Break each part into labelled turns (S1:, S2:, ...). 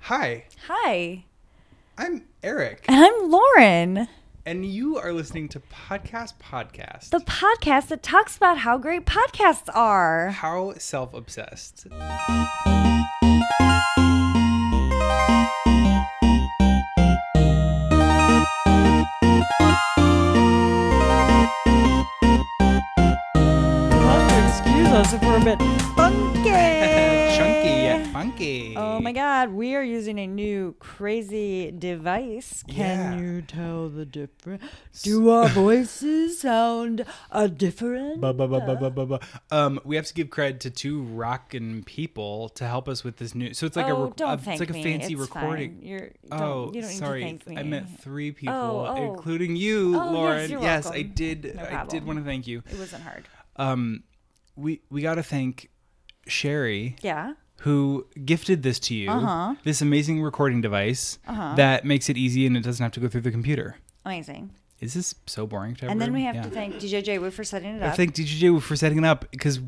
S1: Hi,
S2: Hi.
S1: I'm Eric,
S2: And I'm Lauren,
S1: and you are listening to Podcast Podcast.
S2: the podcast that talks about how great podcasts are.
S1: How self obsessed.
S3: You'll have to excuse us if we're a bit funky.
S1: Chunky yet funky.
S3: Oh my god, we are using a new crazy device.
S1: Yeah.
S3: Can you tell the difference? Do our voices sound a different?
S1: Ba, ba, ba, ba, ba, ba, ba. Um, we have to give credit to two rockin' people to help us with this new. So it's like a,
S2: oh,
S1: rec-
S2: don't
S1: a-
S2: thank
S1: it's like a
S2: me.
S1: fancy
S2: It's
S1: recording.
S2: fine. You're, don't,
S1: Oh,
S2: you don't
S1: sorry.
S2: Need to thank me.
S1: I meant three people,
S2: oh.
S1: including you,
S2: Oh, yes,
S1: Lauren.
S2: you're
S1: I
S2: welcome.
S1: did.
S2: No
S1: I did
S2: problem.
S1: want to thank you.
S2: It wasn't hard.
S1: Um, we we got to thank Sherry.
S2: Yeah.
S1: who gifted this to you
S2: Uh-huh.
S1: this amazing recording device that makes it easy and it doesn't have to go through the computer.
S2: Amazing.
S1: Is this so boring to
S2: And then
S1: everyone?
S2: we have
S1: Yeah.
S2: to thank DJ J Wood for setting it up.
S1: I thank DJJ for setting it up because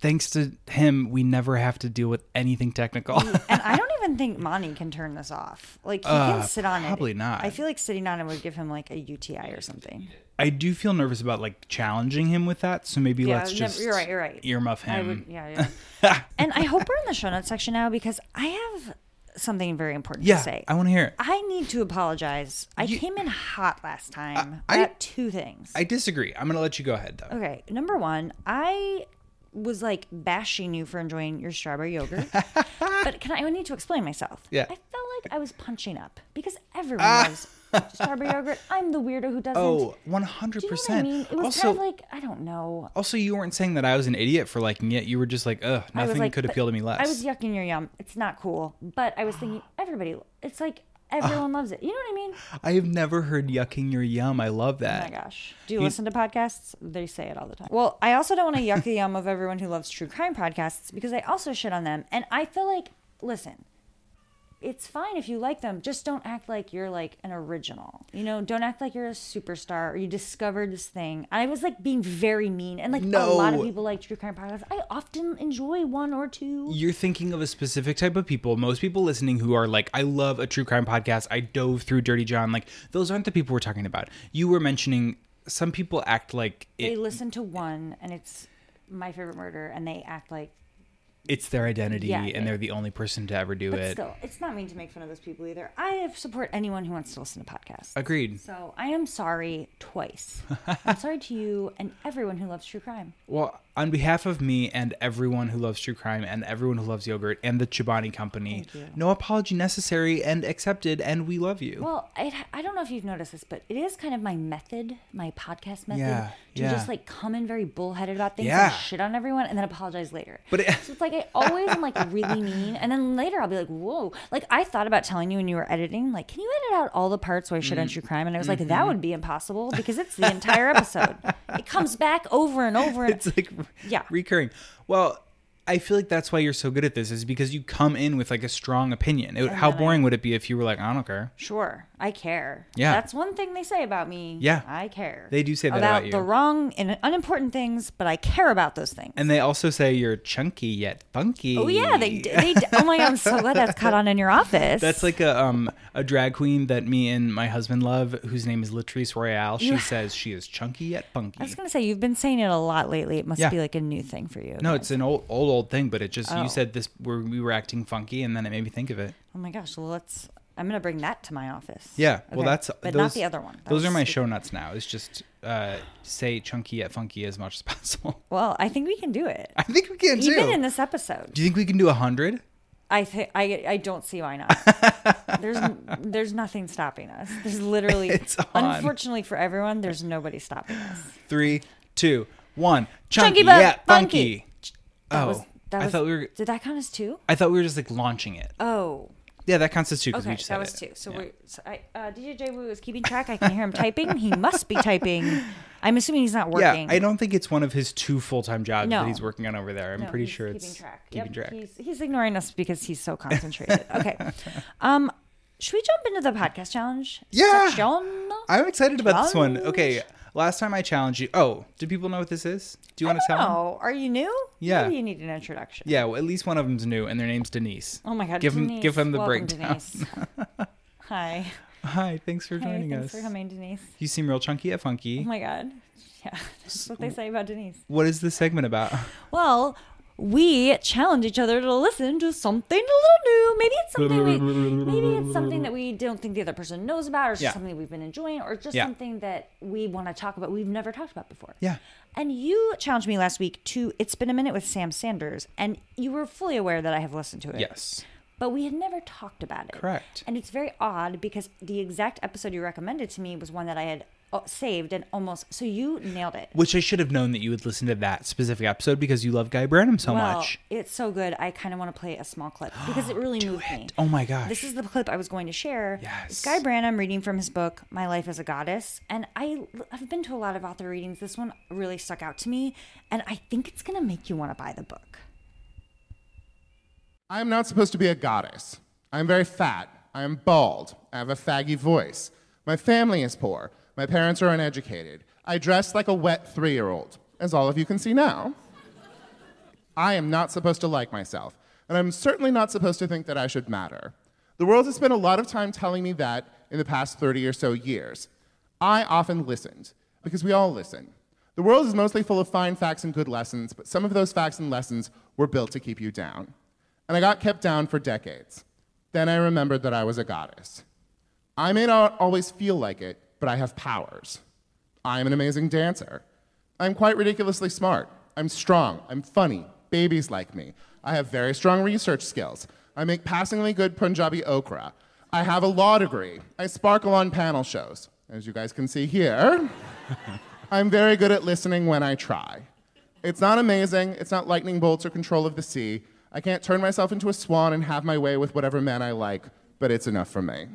S1: thanks to him, we never have to deal with anything technical.
S2: and I don't even think Monty can turn this off. Like he
S1: Uh,
S2: can sit on it.
S1: probably not.
S2: I feel like sitting on it would give him like a UTI or something.
S1: I do feel nervous about like challenging him with that, so maybe
S2: Yeah,
S1: let's
S2: never-
S1: just
S2: you're right, you're right.
S1: earmuff
S2: I
S1: him.
S2: would, yeah, yeah. and I hope we're in the show notes section now because I have something very important
S1: yeah,
S2: to say.
S1: I want to hear it.
S2: I need to apologize. I
S1: You-
S2: came in hot last time
S1: I-
S2: at two things.
S1: I disagree. I'm gonna let you go ahead though.
S2: okay, number one, I was like bashing you for enjoying your strawberry yogurt, but can I, I need to explain myself?
S1: Yeah.
S2: I felt like I was punching up because everyone loves strawberry yogurt. I'm the weirdo who doesn't.
S1: Ah. Oh,
S2: Do you
S1: 100.
S2: know what I
S1: percent
S2: mean? It was
S1: Also,
S2: kind of like I don't know.
S1: also, you weren't saying that I was an idiot for liking it. You were just like, ugh,
S2: I was
S1: nothing
S2: like,
S1: could
S2: but
S1: appeal to me less.
S2: I was yucking your yum. It's not cool. But I was thinking, everybody, it's like everyone loves it. You know what I mean?
S1: I have never heard yucking your yum. I love
S2: Oh my
S1: that.
S2: gosh. Do you, listen to podcasts? They say it all the time. Well, I also don't want to yuck the yum of everyone who loves true crime podcasts because I also shit on them. And I feel like, listen, it's fine if you like them. Just don't act like you're like an original. You know, don't act like you're a superstar or you discovered this thing. I was like being very mean. And like a lot
S1: No.
S2: of people like true crime podcasts. I often enjoy one or two.
S1: You're thinking of a specific type of people. Most people listening who are like, I love a true crime podcast. I dove through Dirty John. Like, those aren't the people we're talking about. You were mentioning some people act like
S2: they
S1: it,
S2: listen to one and it's my favorite murder and they act like
S1: it's their identity
S2: Yeah,
S1: and they're the only person to ever do
S2: but
S1: it.
S2: still it's not mean to make fun of those people either i have support anyone who wants to listen to podcasts
S1: Agreed.
S2: so i am sorry twice i'm sorry to you and everyone who loves true crime
S1: Well, on behalf of me and everyone who loves true crime and everyone who loves yogurt and the Chobani Company, no apology necessary and accepted. And we love you.
S2: well it, i don't know if you've noticed this but it is kind of my method my podcast method
S1: Yeah,
S2: to
S1: yeah.
S2: just like come in very bullheaded about things
S1: Yeah.
S2: and shit on everyone and then apologize later
S1: but it,
S2: So it's like I always am like really mean, and then later I'll be like, "Whoa!" Like I thought about telling you when you were editing, like, "Can you edit out all the parts where I
S1: Mm.
S2: shit on true crime?" And I was
S1: Mm-hmm.
S2: like, "That would be impossible because it's the entire episode. It comes back over and over." And
S1: it's like re-
S2: Yeah.
S1: recurring. Well, I feel like that's why you're so good at this is because you come in with like a strong opinion. It, would- how
S2: then I-
S1: boring would it be if you were like, I don't care.
S2: sure, I care.
S1: Yeah.
S2: that's one thing they say about me.
S1: Yeah.
S2: I care.
S1: They do say that about you.
S2: the wrong and unimportant things, but I care about those things.
S1: And they also say you're chunky yet funky.
S2: oh yeah, they d- they. d- oh my god, I'm so glad that's caught on in your office.
S1: That's like a um a drag queen that me and my husband love, whose name is Latrice Royale. She says she is chunky yet funky.
S2: I was gonna say you've been saying it a lot lately. It must
S1: Yeah.
S2: be like a new thing for you.
S1: no, it's an old old old thing, but it just
S2: Oh.
S1: you said this where we were acting funky, and then it made me think of it.
S2: Oh my gosh, well let's I'm gonna bring that to my office.
S1: Yeah,
S2: Okay,
S1: well that's
S2: but
S1: those-
S2: not the other one. That
S1: Those are
S2: was
S1: my
S2: stupid.
S1: show nuts now. It's just uh, say chunky yet funky as much as possible.
S2: Well, I think we can do it.
S1: I think we can
S2: Even
S1: too.
S2: in this episode,
S1: Do you think we can do a hundred?
S2: I think I I don't see why not. there's there's nothing stopping us. There's literally
S1: It's on.
S2: unfortunately for everyone, there's nobody stopping us.
S1: Three, two, one.
S2: Chunky
S1: Chunky,
S2: but
S1: yeah, funky.
S2: funky. That
S1: oh,
S2: was, that
S1: I
S2: was,
S1: thought we were.
S2: Did that count as two?
S1: I thought we were just like launching it.
S2: Oh,
S1: Yeah, that counts as two because we
S2: okay,
S1: just
S2: that
S1: had
S2: was
S1: it.
S2: two. So
S1: Yeah.
S2: we so I, uh, DJ J Wu is keeping track. I can hear him typing. He must be typing. I'm assuming he's not working.
S1: Yeah, I don't think it's one of his two full time jobs
S2: No.
S1: that he's working on over there. I'm
S2: No,
S1: pretty
S2: he's
S1: sure
S2: keeping
S1: it's
S2: track.
S1: keeping
S2: Yep,
S1: track.
S2: He's, he's ignoring us because he's so concentrated. okay. Um, Should we jump into the podcast challenge?
S1: Yeah.
S2: Section?
S1: I'm excited about this one.
S2: Challenge.
S1: Okay, last time I challenged you. Oh, do people know what this is? Do you want to tell them?
S2: Oh, are you new?
S1: Uh-huh. Yeah.
S2: Maybe you need an introduction.
S1: Yeah, well, at least one of them's new, and their name's Denise.
S2: Oh my God.
S1: Give him,
S2: Denise.
S1: give him the
S2: Welcome,
S1: breakdown.
S2: Denise. Hi.
S1: Hi, thanks for
S2: Hey,
S1: joining
S2: thanks
S1: us.
S2: for coming, Denise.
S1: You seem real chunky and funky.
S2: Oh my God. Yeah. That's what they say about Denise.
S1: what is this segment about?
S2: Well, we challenge each other to listen to something a little new. Maybe it's something we, maybe it's something that we don't think the other person knows about, or it's
S1: Yeah.
S2: just something we've been enjoying, or just
S1: Yeah.
S2: something that we want to talk about we've never talked about before.
S1: Yeah.
S2: And you challenged me last week to "It's Been a Minute" with Sam Sanders, and you were fully aware that I have listened to it.
S1: Yes.
S2: But we had never talked about it.
S1: Correct.
S2: And it's very odd because the exact episode you recommended to me was one that I had uh, saved and almost. So you nailed it.
S1: Which I should have known that you would listen to that specific episode because you love Guy Branum so
S2: well,
S1: much.
S2: It's so good. I kind of want to play a small clip because it really moved me.
S1: Oh my gosh.
S2: This is the clip I was going to share.
S1: Yes.
S2: Guy Branum reading from his book My Life as a Goddess, and I I've been to a lot of author readings. This one really stuck out to me, and I think it's going to make you want to buy the book.
S4: I am not supposed to be a goddess. I am very fat. I am bald. I have a faggy voice. My family is poor. My parents are uneducated. I dress like a wet three year old, as all of you can see now. I am not supposed to like myself, and I'm certainly not supposed to think that I should matter. The world has spent a lot of time telling me that in the past 30 or so years. I often listened, because we all listen. The world is mostly full of fine facts and good lessons, but some of those facts and lessons were built to keep you down. And I got kept down for decades. Then I remembered that I was a goddess. I may not always feel like it, but I have powers. I'm an amazing dancer. I'm quite ridiculously smart. I'm strong. I'm funny. Babies like me. I have very strong research skills. I make passingly good Punjabi okra. I have a law degree. I sparkle on panel shows, as you guys can see here. I'm very good at listening when I try. It's not amazing, it's not lightning bolts or control of the sea. I can't turn myself into a swan and have my way with whatever man I like, but it's enough for me.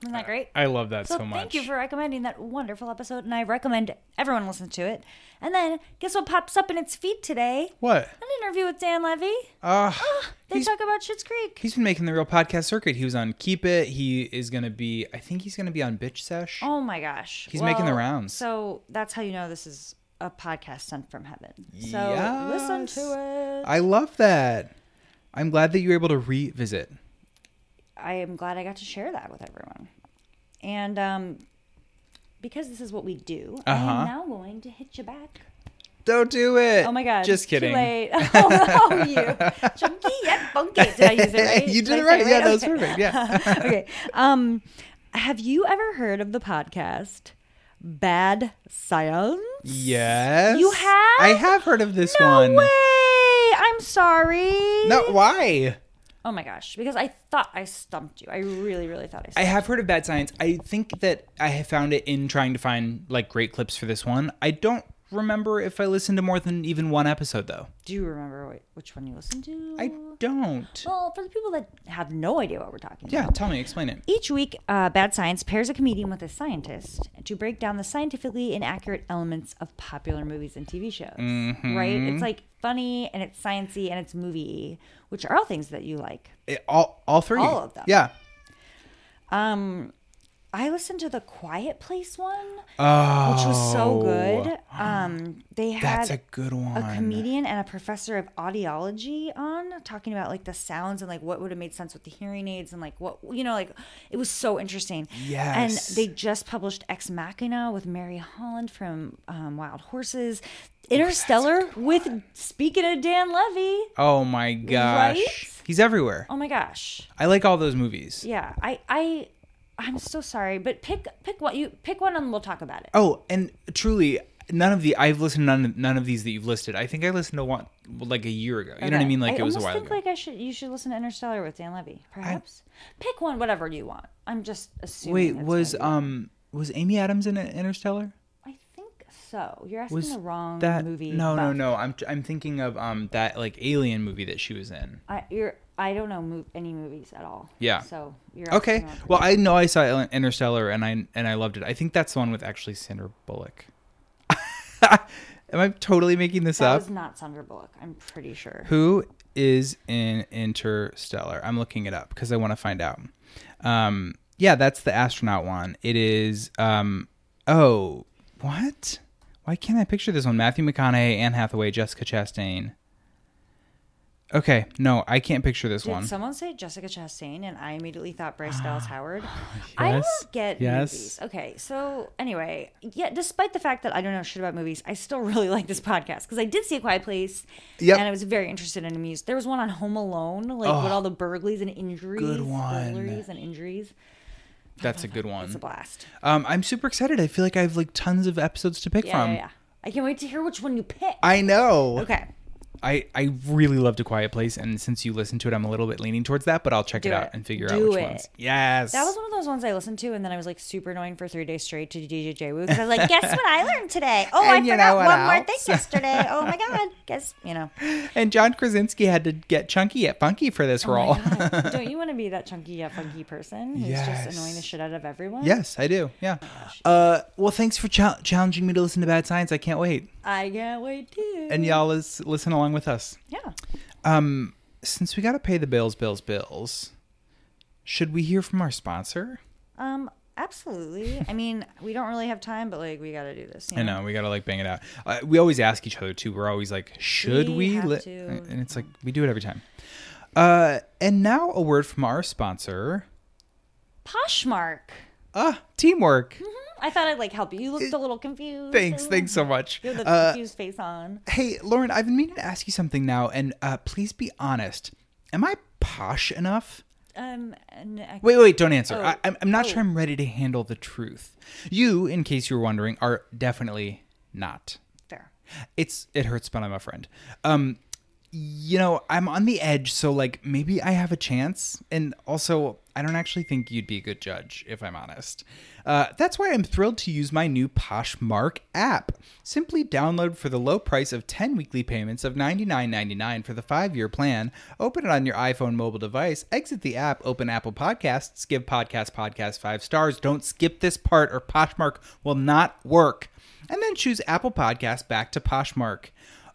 S2: Isn't that great?
S1: I love that Uh, so,
S2: so
S1: much.
S2: thank you for recommending that wonderful episode, and I recommend everyone listen to it. And then guess what pops up in its feed today?
S1: what?
S2: An interview with Dan Levy. Ah,
S1: Uh,
S2: They
S1: he's,
S2: talk about Schitt's Creek.
S1: he's been making the real podcast circuit. He was on Keep It. He is going to be, I think he's going to be on Bitch Sesh.
S2: Oh my gosh.
S1: He's making the rounds.
S2: So that's how you know this is a podcast sent from heaven. So listen
S1: Yes.
S2: to it.
S1: I love that. I'm glad that you were able to revisit.
S2: I am glad I got to share that with everyone. And um, because this is what we do, I
S1: Uh-huh.
S2: am now going to hit you back.
S1: Don't do it.
S2: Oh my god.
S1: Just kidding.
S2: Too late. Oh, no, you. Chunky yet funky. Did I use it right?
S1: you did
S2: I
S1: it
S2: say
S1: right. Yeah, that was
S2: Okay.
S1: perfect. Yeah.
S2: okay. Um, have you ever heard of the podcast Bad Science?
S1: yes.
S2: You have?
S1: I have heard of this
S2: No
S1: one.
S2: way! I'm sorry.
S1: No, why?
S2: Oh my gosh! Because I thought I stumped you. I really, really thought I.
S1: I
S2: Stumped
S1: have heard of Bad Science. I think that I have found it in trying to find like great clips for this one. I don't remember if I listened to more than even one episode though.
S2: you. Do you remember what, which one you listened to?
S1: I don't.
S2: Well, for the people that have no idea what we're talking
S1: Yeah,
S2: about.
S1: tell me, explain it.
S2: Each week, uh, Bad Science pairs a comedian with a scientist to break down the scientifically inaccurate elements of popular movies and TV shows.
S1: Mm-hmm.
S2: Right? It's like funny and it's sciency and it's movie, which are all things that you like.
S1: It- Eh, all all three.
S2: All of them.
S1: Yeah.
S2: Um, I listened to the Quiet Place one, which was so good. Um, they had
S1: Oh, That's a good one.
S2: a comedian and a professor of audiology on talking about like the sounds and like what would have made sense with the hearing aids and like what you know like it was so interesting
S1: Yes.
S2: and they just published ex machina with mary holland from um, wild horses interstellar with speaking of dan levy
S1: Oh my gosh.
S2: Right?
S1: He's everywhere.
S2: oh my gosh
S1: I like all those movies.
S2: yeah i i i'm so sorry but pick pick one you pick one and we'll talk about it
S1: Oh, and truly, none of the I've listened to none none of these that you've listed. I think I listened to one like a year ago. You know what I mean? Like it was a
S2: almost
S1: while
S2: think
S1: ago.
S2: like I should you should listen to Interstellar with Dan Levy, perhaps. Pick one, whatever you want. I'm just assuming.
S1: Wait,
S2: it's
S1: was
S2: gonna
S1: um was Amy Adams in Interstellar?
S2: be- I think so. You're asking
S1: Was
S2: the wrong
S1: that
S2: movie.
S1: No, no,
S2: buff.
S1: no. I'm I'm thinking of um that like alien movie that she was in.
S2: I you're I don't know mov- any movies at all.
S1: Yeah.
S2: So you're
S1: Okay.
S2: asking the wrong-
S1: Well, I know I saw Alien- Interstellar and I and I loved it. I think that's the one with actually Sandra Bullock. Am I totally making this
S2: That
S1: up?
S2: was not Sandra Bullock. I'm pretty sure.
S1: Who is in Interstellar? I'm looking it up because I want to find out. Um, yeah, that's the astronaut one. It is. Um, oh, what? Why can't I picture this one? Matthew McConaughey, Anne Hathaway, Jessica Chastain. Okay, no, I can't picture this
S2: Did
S1: one.
S2: someone say Jessica Chastain? And I immediately thought Bryce Dallas Howard. I
S1: Yes,
S2: don't get
S1: yes.
S2: movies. Okay, so anyway, yeah. Despite the fact that I don't know shit about movies, I still really like this podcast because I did see A Quiet Place,
S1: Yep.
S2: and I was very interested and amused. There was one on Home Alone, like with all the burglaries and injuries,
S1: good one.
S2: burglaries and injuries.
S1: That's a good
S2: It's a
S1: one.
S2: blast.
S1: Um, I'm super excited. I feel like I have like tons of episodes to pick
S2: Yeah,
S1: from.
S2: yeah, yeah. I can't wait to hear which one you pick.
S1: I know.
S2: okay,
S1: I, I really loved A Quiet Place, and since you listened to it, I'm a little bit leaning towards that, but I'll check
S2: Do
S1: it out
S2: it.
S1: and figure out
S2: Do
S1: which
S2: it.
S1: ones. Yes.
S2: that was one of those ones I listened to, and then I was like super annoying for three days straight to DJ J Woo because I was like, "Guess what I learned today? Oh,
S1: And
S2: I
S1: you know
S2: forgot
S1: what
S2: one more
S1: else?
S2: thing yesterday. Oh my god, guess you know."
S1: And John Krasinski had to get chunky at funky for this
S2: Oh
S1: role.
S2: my God. Don't you want to be that chunky yet funky person who's
S1: Yes.
S2: just annoying the shit out of everyone?
S1: yes, I do. Yeah. Uh, well, thanks for chal challenging me to listen to Bad Science. I can't wait.
S2: I can't wait to.
S1: And y'all is listen along with us.
S2: yeah.
S1: Um, since we got to pay the bills, bills, bills, should we hear from our sponsor?
S2: Um, absolutely. I mean, we don't really have time, but like, we got to do this. You
S1: I know we gotta like bang it out. Uh, we always ask each other too. We're always like, should we?
S2: We have
S1: li-?
S2: to.
S1: And it's like we do it every time. Uh, and now a word from our sponsor.
S2: Poshmark.
S1: Ah, teamwork.
S2: I thought I'd like help you. You looked a little confused.
S1: Thanks,
S2: Ooh.
S1: thanks so much.
S2: You have the
S1: Uh,
S2: confused face on.
S1: Hey, Lauren, I've been meaning to ask you something now, and uh, please be honest. Am I posh enough?
S2: Um, and I-
S1: Wait, wait, don't answer.
S2: Oh.
S1: I, I'm, I'm not
S2: Oh.
S1: sure I'm ready to handle the truth. You, in case you were wondering, are definitely not.
S2: fair.
S1: It's it hurts, but I'm a friend. Um, you know, I'm on the edge, so like maybe I have a chance. And also, I don't actually think you'd be a good judge, if I'm honest. Uh, that's why I'm thrilled to use my new Poshmark app. Simply download for the low price of 10 weekly payments of $99.99 for the five year plan. Open it on your iPhone mobile device, exit the app, open Apple Podcasts, give Podcast Podcast five stars. Don't skip this part, or Poshmark will not work. And then choose Apple Podcasts back to Poshmark.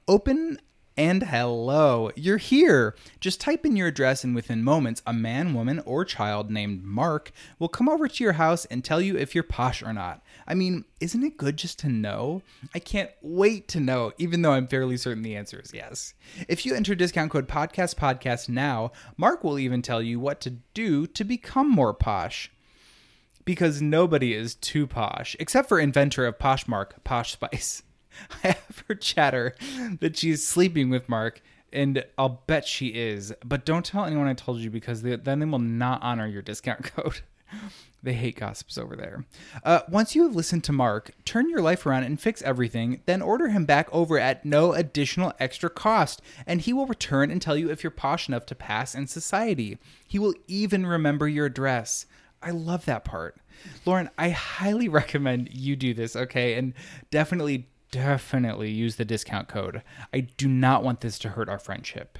S1: Open and hello, you're here. Just type in your address, and within moments, a man, woman, or child named Mark will come over to your house and tell you if you're posh or not. I mean, isn't it good just to know? I can't wait to know, even though I'm fairly certain the answer is yes. If you enter discount code podcast podcast now, Mark will even tell you what to do to become more posh because nobody is too posh, except for inventor of Poshmark, Posh Spice. I have her chatter that she is sleeping with Mark, and I'll bet she is. But don't tell anyone I told you because they, then they will not honor your discount code. They hate gossips over there. Uh, once you have listened to Mark, turn your life around and fix everything, then order him back over at no additional extra cost, and he will return and tell you if you're posh enough to pass in society. He will even remember your address. I love that part. Lauren, I highly recommend you do this, okay? And definitely, definitely use the discount code. I do not want this to hurt our friendship.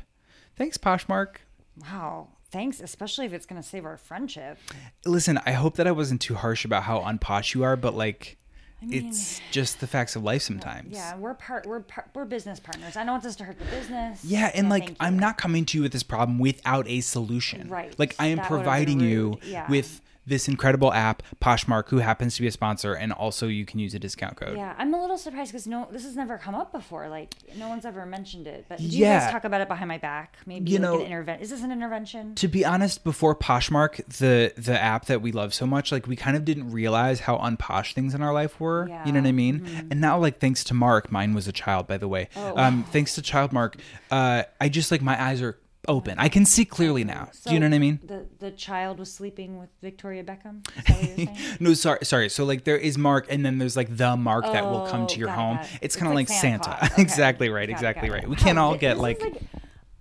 S1: Thanks, Poshmark.
S2: Wow. Thanks, especially if it's going to save our friendship.
S1: Listen, I hope that I wasn't too harsh about how unposh you are, but like, it's just the facts of life sometimes.
S2: Yeah, we're part. We're part, we're business partners. I don't want this to hurt the business.
S1: Yeah, and
S2: No,
S1: like
S2: thank
S1: I'm
S2: you.
S1: not coming to you with this problem without a solution.
S2: Right.
S1: Like I am
S2: That would've been
S1: providing you
S2: rude. Yeah.
S1: with this incredible app, Poshmark, who happens to be a sponsor, and also you can use a discount code.
S2: Yeah, I'm a little surprised because no, this has never come up before. Like no one's ever mentioned it. But do you
S1: Yeah.
S2: guys talk about it behind my back? Maybe
S1: You
S2: like
S1: know-
S2: an intervention. Is this an intervention?
S1: to be honest, before Poshmark, the the app that we love so much, like we kind of didn't realize how unposh things in our life were. You know what I mean?
S2: Mm-hmm.
S1: And now, like thanks to Mark, mine was a child, by the way.
S2: Oh,
S1: Um, thanks to Child Mark, uh, I just like my eyes are open. I can see clearly now. Do you know what I mean?
S2: The the child was sleeping with Victoria Beckham. Is that what you're saying?
S1: No, sorry, sorry. So like there is Mark, and then there's like the Mark that will come
S2: Oh,
S1: to your
S2: got it,
S1: home.
S2: got it.
S1: It's kind of like,
S2: like Santa
S1: Santa.
S2: Claus. Okay.
S1: exactly right.
S2: Got it,
S1: exactly
S2: got it.
S1: right. We can't all
S2: This
S1: get
S2: is,
S1: like,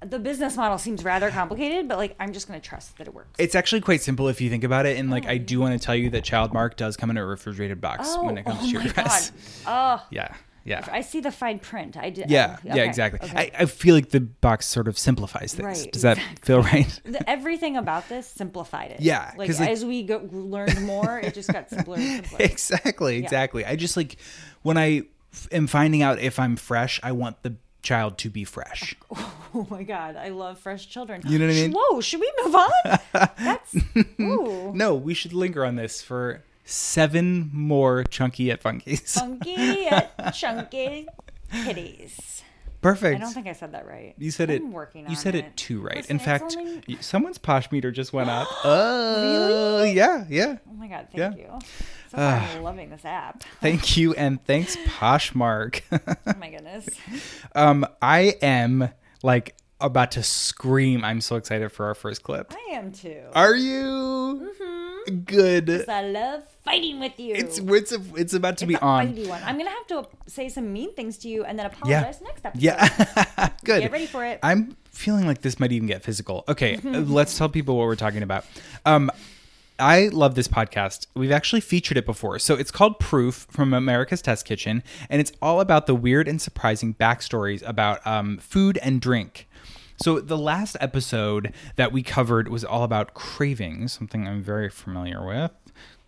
S2: the business model seems rather complicated, but like I'm just gonna trust that it works.
S1: It's actually quite simple if you think about it. And like I do want to tell you that Child Mark does come in a refrigerated box
S2: oh,
S1: when it comes
S2: oh
S1: to your
S2: my
S1: dress.
S2: god! Oh,
S1: Yeah. Yeah.
S2: I see the fine print. I did. oh,
S1: Yeah,
S2: okay,
S1: yeah, exactly.
S2: okay.
S1: I, I feel like the box sort of simplifies things.
S2: Right,
S1: Does that feel right?
S2: the, everything about this simplified it.
S1: Yeah,
S2: like
S1: 'cause, like-
S2: as we go, learned more, it just got simpler and simpler.
S1: exactly, exactly. I just like when I f- am finding out if I'm fresh, I want the child to be fresh.
S2: Oh my god, I love fresh children.
S1: You know what I
S2: Sh-
S1: mean?
S2: Whoa, should we move on? That's ooh,
S1: Hmm. No, we should linger on this for seven more chunky at funkies.
S2: funky yet uh, chunky kitties.
S1: Perfect.
S2: I don't think I said that right.
S1: you said it.
S2: I'm working
S1: you
S2: on
S1: said it,
S2: it
S1: too right.
S2: Listen,
S1: In
S2: it's
S1: fact,
S2: only-
S1: y- someone's posh meter just went up. Oh, yeah, yeah.
S2: Oh my god,
S1: Yeah. Ah.
S2: thank you. So far, I'm loving this app.
S1: Thank you, and thanks, Poshmark.
S2: Oh my goodness.
S1: um, I am like about to scream. I'm so excited for our first clip.
S2: I Mm-hmm. am too.
S1: Are you good?
S2: I love fighting with you.
S1: It's it's it's about to be
S2: It's a
S1: on.
S2: fighty one. I'm gonna have to say some mean things to you and then apologize next episode.
S1: Yeah. Good.
S2: Get ready for it. Mm-hmm.
S1: I'm feeling like this might even get physical. Okay, let's tell people what we're talking about. Um I love this podcast. We've actually featured it before. So it's called Proof from America's Test Kitchen, and it's all about the weird and surprising backstories about um, food and drink. So the last episode that we covered was all about cravings, something I'm very familiar with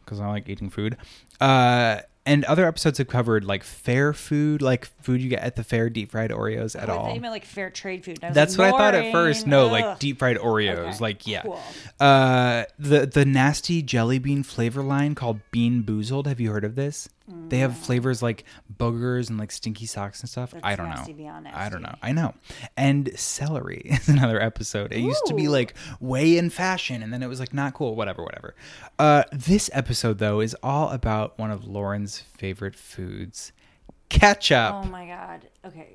S1: because I like eating food. Uh, and other episodes have covered like fair food, like food you get at the fair, deep fried Oreos at
S2: I thought
S1: all.
S2: you meant like fair trade food. and I was
S1: That's
S2: like,
S1: what I thought at first.
S2: "Maureen,
S1: No,
S2: ugh."
S1: like deep fried Oreos.
S2: Okay,
S1: Like yeah.
S2: cool.
S1: Uh the the nasty jelly bean flavor line called Bean Boozled. Have you heard of this? They
S2: Mm.
S1: have flavors like boogers and like stinky socks and stuff. I don't
S2: nasty
S1: know.
S2: beyond
S1: I don't know. I know. And celery is another episode. It used to be like way in fashion and then it was like not cool, whatever, whatever. Uh this episode though is all about one of Lauren's favorite foods. Ketchup.
S2: Oh my god. Okay.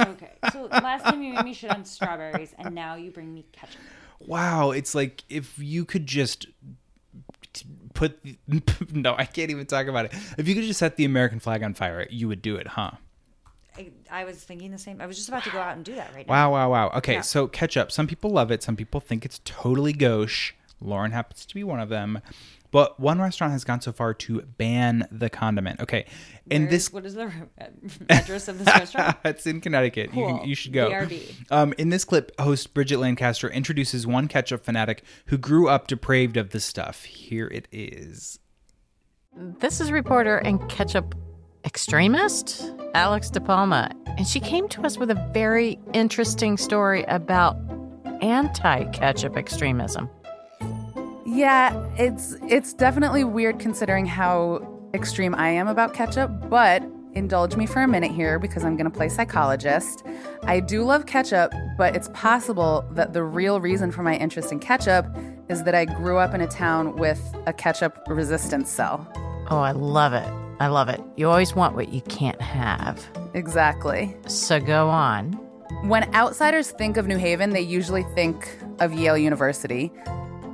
S2: Okay. So last time you made me shit on strawberries, and now you bring me ketchup.
S1: wow it's like if you could just t- put no i can't even talk about it if you could just set the american flag on fire you would do it huh
S2: I, I was thinking the same. I was just about to go out and do that right now.
S1: wow wow wow okay so ketchup some people love it some people think it's totally gauche lauren happens to be one of them but one restaurant has gone so far to ban the condiment okay and
S2: Where-
S1: this
S2: What is the address of this restaurant?
S1: it's in Connecticut. You,
S2: Cool.
S1: can, you should go.
S2: BRB.
S1: Um, in this clip, host Bridget Lancaster introduces one ketchup fanatic who grew up depraved of the stuff. Here it is.
S5: This is reporter and ketchup extremist Alex DePalma, and she came to us with a very interesting story about anti ketchup extremism.
S6: Yeah, it's it's definitely weird considering how extreme I am about ketchup, but indulge me for a minute here because I'm going to play psychologist. I do love ketchup, but it's possible that the real reason for my interest in ketchup is that I grew up in a town with a ketchup resistance cell.
S5: Oh, I love it. I love it. You always want what you can't have.
S6: Exactly.
S5: So go on.
S6: When outsiders think of New Haven, they usually think of Yale University.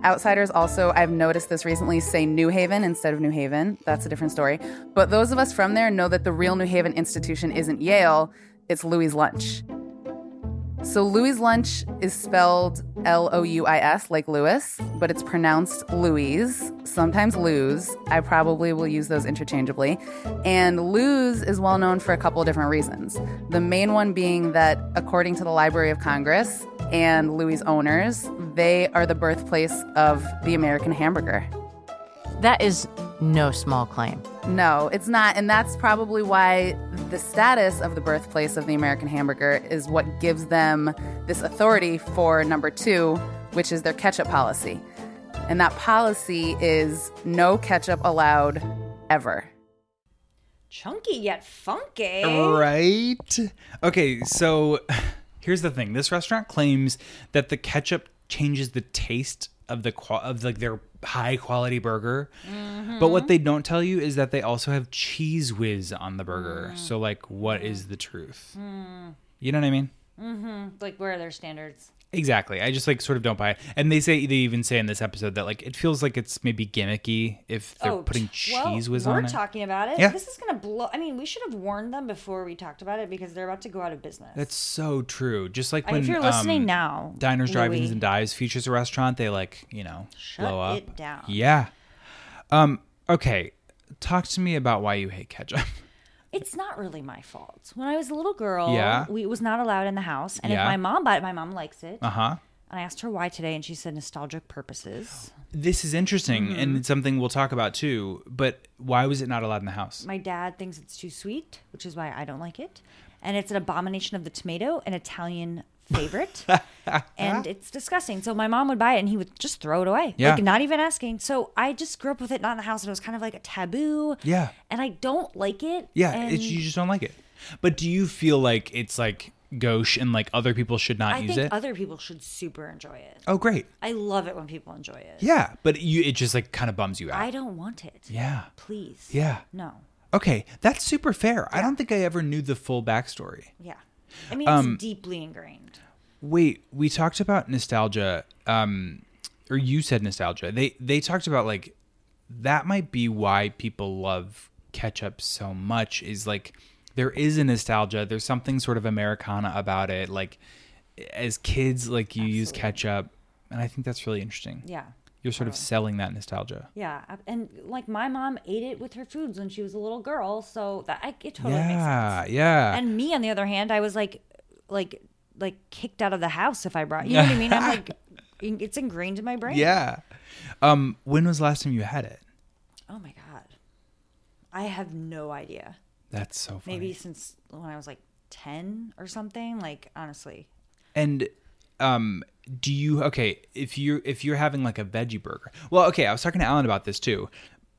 S6: Outsiders also, I've noticed this recently, say New Haven instead of New Haven. That's a different story. But those of us from there know that the real New Haven institution isn't Yale, it's Louis Lunch. So Louis Lunch is spelled L O U I S, like Louis, but it's pronounced Louise, sometimes Lou's. I probably will use those interchangeably. And Lou's is well known for a couple different reasons. The main one being that, according to the Library of Congress and Louis' owners, they are the birthplace of the American hamburger.
S5: That is no small claim.
S6: No, it's not. And that's probably why the status of the birthplace of the American hamburger is what gives them this authority for number two, which is their ketchup policy. And that policy is no ketchup allowed ever.
S2: Chunky yet funky.
S1: Right? Okay, so here's the thing. This restaurant claims that the ketchup changes the taste of the qual- of like their high quality burger. But
S2: Mm-hmm.
S1: what they don't tell you is that they also have cheese whiz on the burger.
S2: Mm.
S1: So like what is the truth? You know what I mean?
S2: Hmm. Mm-hmm. Like where are their standards?
S1: Exactly. I just like sort of don't buy it. And they say they even say in this episode that like it feels like it's maybe gimmicky if they're putting
S2: t- Oh, well,
S1: cheese whiz
S2: we're
S1: on it.
S2: talking about it.
S1: Yeah.
S2: This is gonna blow. I mean, we should have warned them before we talked about it because they're about to go out of business.
S1: That's so true. Just like
S2: I-
S1: when
S2: if you're listening
S1: um,
S2: now,
S1: Diners, Drive-Ins,
S2: Louis,
S1: and Dives features a restaurant. They like you know
S2: Shut
S1: blow up.
S2: it down.
S1: Yeah. Um. Okay. Talk to me about why you hate ketchup.
S2: it's not really my fault. When I was a little girl,
S1: Yeah.
S2: we, it was not allowed in the house, and
S1: Yeah.
S2: if my mom bought it, my mom likes it.
S1: Uh huh.
S2: And I asked her why today, and she said nostalgic purposes.
S1: This is interesting
S2: Mm-hmm.
S1: and it's something we'll talk about too. But why was it not allowed in the house?
S2: My dad thinks it's too sweet, which is why I don't like it. And it's an abomination of the tomato, an Italian favorite. and it's disgusting. So my mom would buy it and he would just throw it away.
S1: Yeah.
S2: Like not even asking. So I just grew up with it not in the house and it was kind of like a taboo.
S1: Yeah.
S2: And I don't like it.
S1: Yeah,
S2: And
S1: it's, you just don't like it. But do you feel like it's like gauche and like other people should not
S2: I
S1: use
S2: think
S1: it?
S2: other people should super enjoy it.
S1: oh, great.
S2: I love it when people enjoy it.
S1: Yeah, but you it just like kind of bums you out.
S2: I don't want it.
S1: yeah.
S2: Please.
S1: Yeah.
S2: No.
S1: Okay, that's super fair. I don't think I ever knew the full backstory.
S2: Yeah. I mean,
S1: Um,
S2: it's deeply ingrained.
S1: Wait, we talked about nostalgia, um, or you said nostalgia. They they talked about like that might be why people love ketchup so much. Is like there is a nostalgia. There's something sort of Americana about it. Like as kids, like you use ketchup, and I think that's really interesting.
S2: Yeah.
S1: You're sort of selling that nostalgia.
S2: Yeah, I- and like my mom ate it with her foods when she was a little girl, so that I, it totally makes sense.
S1: yeah, yeah.
S2: And me, on the other hand, I was like, like, like kicked out of the house if I brought. You know what I mean? I'm like, in- it's ingrained in my brain.
S1: yeah. Um, when was the last time you had it?
S2: Oh my god, I have no idea.
S1: That's so funny.
S2: Maybe since when I was like ten or something. Like honestly,
S1: And um do you okay, if you if you're having like a veggie burger. Well, okay, I was talking to Alan about this too,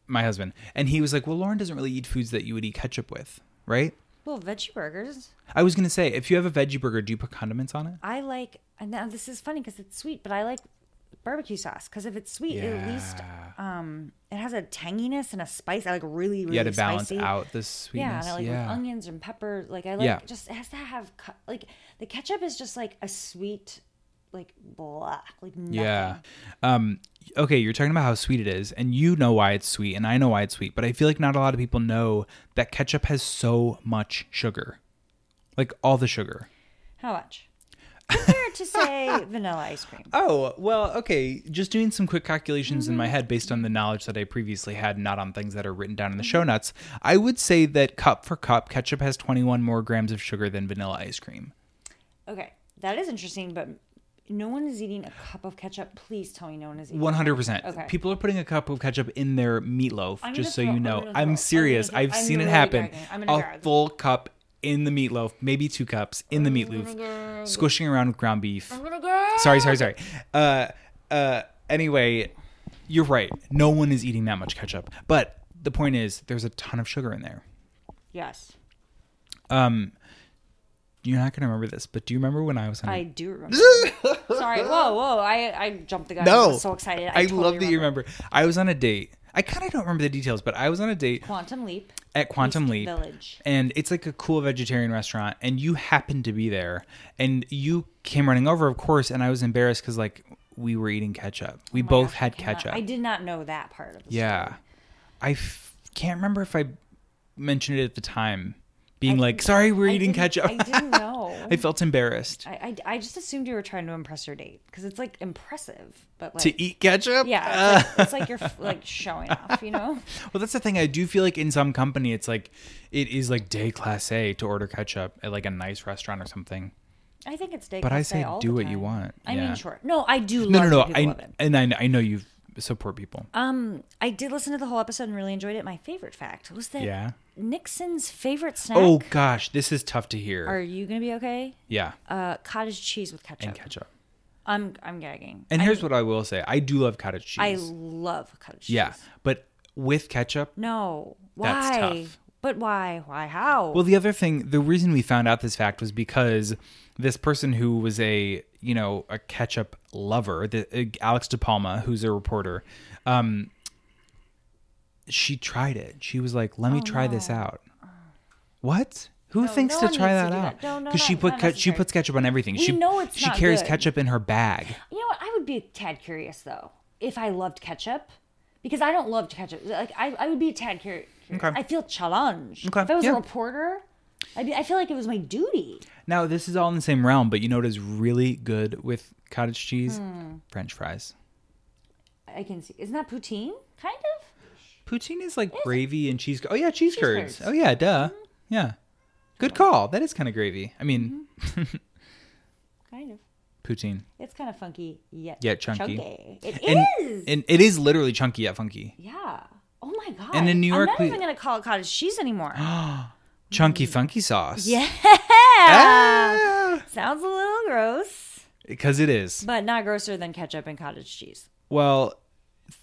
S1: my husband, and he was like, "Well, Lauren doesn't really eat foods that you would eat ketchup with, right?"
S2: well, veggie burgers.
S1: I was going to say, if you have a veggie burger, do you put condiments on it?
S2: I like, and now this is funny because it's sweet, but I like barbecue sauce because if it's sweet, at least um, it has a tanginess and a spice. I like really, really
S1: you had to balance
S2: spicy.
S1: out the
S2: Yeah,
S1: sweetness.
S2: and I
S1: Yeah.
S2: like with onions and pepper. Like I like
S1: Yeah.
S2: just it has to have cu- like the ketchup is just like a sweet, like blah, like nothing.
S1: Yeah. Um okay, you're talking about how sweet it is and you know why it's sweet and I know why it's sweet, but I feel like not a lot of people know that ketchup has so much sugar. Like all the sugar.
S2: How much? Compared to say vanilla ice cream.
S1: Oh, well, okay. Just doing some quick calculations in my head based on the knowledge that I previously had, not on things that are written down in the show notes. I would say that cup for cup, ketchup has 21 more grams of sugar than vanilla ice cream.
S2: Okay, that is interesting, but no one is eating a cup of ketchup. Please tell me no one is eating.
S1: 100%.
S2: Okay.
S1: People are putting a cup of ketchup in their meatloaf,
S2: I'm gonna
S1: just so
S2: throw-
S1: you
S2: I'm
S1: know.
S2: gonna
S1: I'm,
S2: throw- I'm
S1: serious.
S2: gonna-
S1: I've
S2: I'm
S1: seen it
S2: really
S1: happen.
S2: gagging. I'm gonna
S1: A
S2: gag.
S1: full cup in the meatloaf, maybe two cups in the meatloaf, squishing around with ground beef. Sorry, sorry, sorry. Uh, uh, anyway, you're right. No one is eating that much ketchup. But the point is, there's a ton of sugar in there. Um,
S2: Yes,
S1: You're not going to remember this, but do you remember when I was on a-
S2: I do remember. Sorry. Whoa, whoa. I, I jumped the gun. I was so excited.
S1: I,
S2: I, totally
S1: love that you remember. I was on a date. I kind of don't remember the details, but I was on a date
S2: Quantum Leap.
S1: at Quantum
S2: East
S1: Leap.
S2: Village.
S1: And it's like a cool vegetarian restaurant, and you happened to be there, and you came running over, of course, and I was embarrassed because like we were eating ketchup. We both had ketchup.
S2: Oh I did not know that part of the
S1: Yeah, I f- can't remember if I mentioned it at the time, being like, "Sorry, we're
S2: story. I
S1: eating
S2: didn't-
S1: ketchup."
S2: I didn't know.
S1: I felt embarrassed
S2: I, I, I just assumed you were trying to impress your date because it's like impressive, but like
S1: to eat ketchup.
S2: yeah, it's, like, it's like you're f- like showing off, you know.
S1: Well, that's the thing. I do feel like in some company, it's like it is like day class A to order ketchup at like a nice restaurant or something.
S2: I think it's day.
S1: But I
S2: class day
S1: say
S2: all
S1: do
S2: the
S1: what you
S2: time.
S1: want.
S2: I
S1: Yeah.
S2: mean, sure. No, I do.
S1: No,
S2: love
S1: no,
S2: that
S1: no.
S2: people
S1: I
S2: love it.
S1: and I, I know you support people.
S2: Um, I did listen to the whole episode and really enjoyed it. My favorite fact was that
S1: Yeah.
S2: Nixon's favorite snack.
S1: oh gosh, this is tough to hear.
S2: are you gonna be okay?
S1: yeah,
S2: Uh, cottage cheese with ketchup.
S1: and ketchup.
S2: I'm I'm gagging.
S1: And here's what I will say: I do love cottage cheese.
S2: I love cottage cheese.
S1: yeah, but with ketchup.
S2: No. Why?
S1: That's tough.
S2: But why? Why? How?
S1: Well, the other thing, the reason we found out this fact was because this person who was a you know a ketchup lover, the, uh, Alex De Palma, who's a reporter, um, she tried it. She was like, "Let me try this out." What? Who thinks
S2: Oh, no
S1: to
S2: one
S1: try
S2: needs
S1: that
S2: to do
S1: out?
S2: that. No, no,
S1: she
S2: not-
S1: put
S2: not
S1: ke- she
S2: necessary.
S1: puts ketchup on everything.
S2: We
S1: she
S2: know it's
S1: she
S2: not
S1: carries
S2: good.
S1: ketchup in her bag.
S2: You know what? I would be a tad curious though if I loved ketchup because I don't love ketchup. Like I, I would be a tad curious.
S1: Okay.
S2: I feel challenged.
S1: Okay,
S2: If I was
S1: yeah.
S2: a reporter, I'd be, I feel like it was my duty.
S1: Now this is all in the same realm, but you know what is really good with cottage cheese?
S2: Hmm.
S1: French fries.
S2: I can see. Isn't that poutine? Kind of.
S1: Poutine is like gravy and cheese. Oh yeah, cheese, curds.
S2: curds. Mm-hmm.
S1: Oh yeah, duh.
S2: Mm-hmm.
S1: Yeah, good call. That is kind of gravy. I mean,
S2: Kind of.
S1: poutine.
S2: It's kind of funky yet,
S1: Yet chunky.
S2: It is.
S1: And, and it is literally chunky yet funky.
S2: yeah. Oh my god.
S1: And in New
S2: I'm
S1: York,
S2: not
S1: we-
S2: even gonna call it cottage cheese anymore.
S1: Chunky funky sauce.
S2: Mm. yeah.
S1: Ah.
S2: Sounds a little gross,
S1: Because it is.
S2: but not grosser than ketchup and cottage cheese.
S1: Well,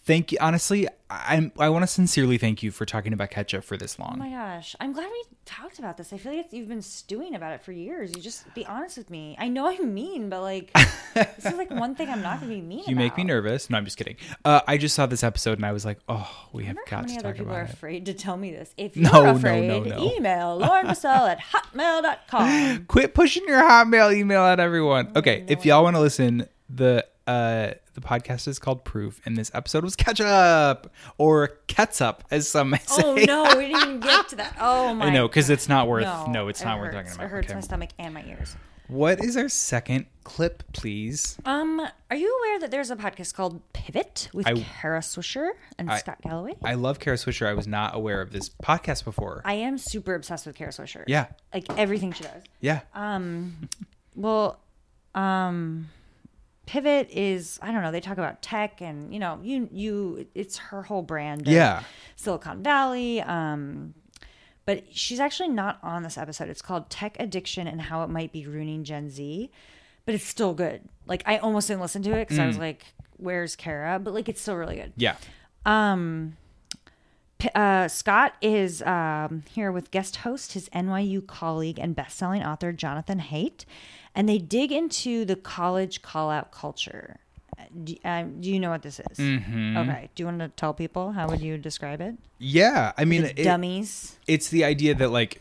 S1: thank you. Honestly, I'm, I want to sincerely thank you for talking about ketchup for this long.
S2: Oh my gosh. I'm glad we talked about this. I feel like you've been stewing about it for years. You just be honest with me. I know I'm mean, but like this is like one thing I'm not gonna be mean
S1: you make me
S2: about.
S1: nervous. No, I'm just kidding. Uh, I just saw this episode and I was like, oh, we have
S2: How
S1: got
S2: many
S1: to
S2: other
S1: talk
S2: people are
S1: about it.
S2: afraid to tell me this? If
S1: No,
S2: you're
S1: no, no,
S2: afraid,
S1: no.
S2: email Lauren Bassell at hotmail.com.
S1: Quit pushing your Hotmail email at everyone.
S2: Oh,
S1: Okay, if y'all want to listen, the uh, the podcast is called Proof, and this episode was Ketchup or Ketchup, as some may say.
S2: Oh no, we didn't even get to that. Oh my!
S1: I know because it's not worth. No,
S2: God.
S1: it's
S2: it
S1: not worth
S2: hurts.
S1: talking about.
S2: It hurts
S1: Okay.
S2: my stomach and my ears.
S1: What is our second clip, please?
S2: Um, are you aware that there's a podcast called Pivot with
S1: I-
S2: Kara Swisher and Scott Galloway? I,
S1: I love Kara Swisher. I was not aware of this podcast before.
S2: am super obsessed with Kara Swisher.
S1: yeah,
S2: like everything she does.
S1: yeah.
S2: Well, um, Pivot is I don't know. They talk about tech and you know you you it's her whole brand. of
S1: Yeah.
S2: Silicon Valley. Um, but she's actually not on this episode. It's called Tech Addiction and How It Might Be Ruining Gen Z. But it's still good. Like I almost didn't listen to it because I was like, "Where's Kara?" But like it's still really good. Um,
S1: yeah.
S2: P- uh, Scott is um, here with guest host, his NYU colleague and best-selling author Jonathan Haidt, and they dig into the college call-out culture. Uh, Do, um, do you know what this is? Okay. Do you want to tell people how would you describe it?
S1: Yeah, I mean, it-
S2: Dummies.
S1: it's the idea that like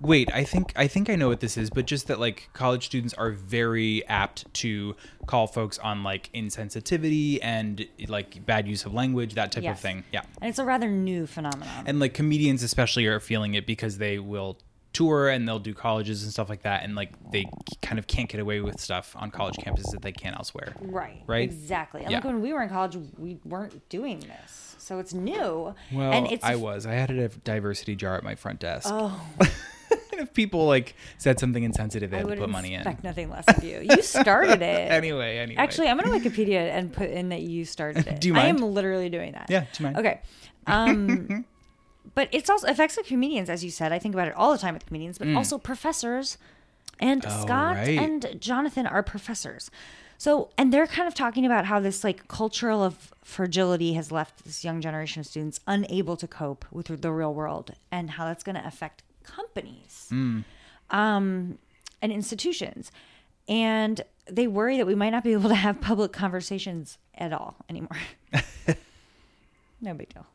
S1: wait i think i think i know what this is but just that like college students are very apt to call folks on like insensitivity and like bad use of language that type of
S2: Yes.
S1: thing yeah
S2: And it's a rather new phenomenon.
S1: and like comedians especially are feeling it because they will tour and they'll do colleges and stuff like that and like they kind of can't get away with stuff on college campuses that they can elsewhere
S2: Right.
S1: Right?
S2: Exactly. And
S1: Yeah.
S2: like when we were in college, we weren't doing this. So it's new.
S1: well
S2: and it's
S1: i was i had a diversity jar at my front desk oh and if people like said something insensitive they
S2: I
S1: had to
S2: would
S1: put money in
S2: expect nothing less of you. You started it.
S1: anyway anyway
S2: Actually, I'm going to Wikipedia and put in that you started it.
S1: Do you
S2: I
S1: mind?
S2: am literally doing that.
S1: Yeah, do you mind?
S2: Okay. Um, but it's also affects the comedians, as you said. I think about it all the time with comedians, but also professors. And Scott
S1: Mm. Oh, right.
S2: and Jonathan are professors. So, and they're kind of talking about how this like cultural of fragility has left this young generation of students unable to cope with the real world and how that's going to affect companies
S1: Mm.
S2: um, and institutions. And they worry that we might not be able to have public conversations at all anymore. no big deal.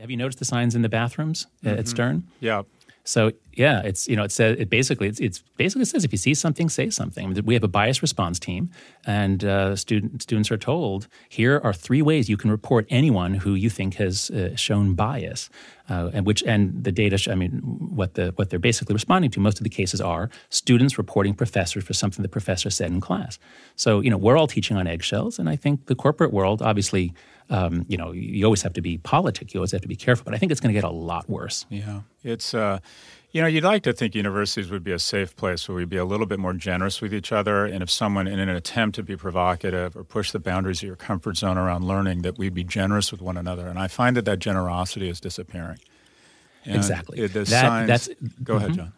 S7: Have you noticed the signs in the bathrooms uh, at Stern?
S8: Yeah.
S7: So yeah, it's you know it says it basically it's, it's basically says if you see something, say something. We have a bias response team, and uh, student, students are told here are three ways you can report anyone who you think has uh, shown bias, uh, and which and the data. Sh- I mean, what the what they're basically responding to. Most of the cases are students reporting professors for something the professor said in class. So you know we're all teaching on eggshells, and I think the corporate world obviously. Um, you know, you always have to be politic. You always have to be careful. But I think it's going to get a lot worse.
S8: Yeah. It's, uh, you know, you'd like to think universities would be a safe place where we'd be a little bit more generous with each other. And if someone, in an attempt to be provocative or push the boundaries of your comfort zone around learning, that we'd be generous with one another. And I find that that generosity is disappearing. And
S7: Exactly.
S8: It, the
S7: That-
S8: signs,
S7: that's-
S8: go ahead, John.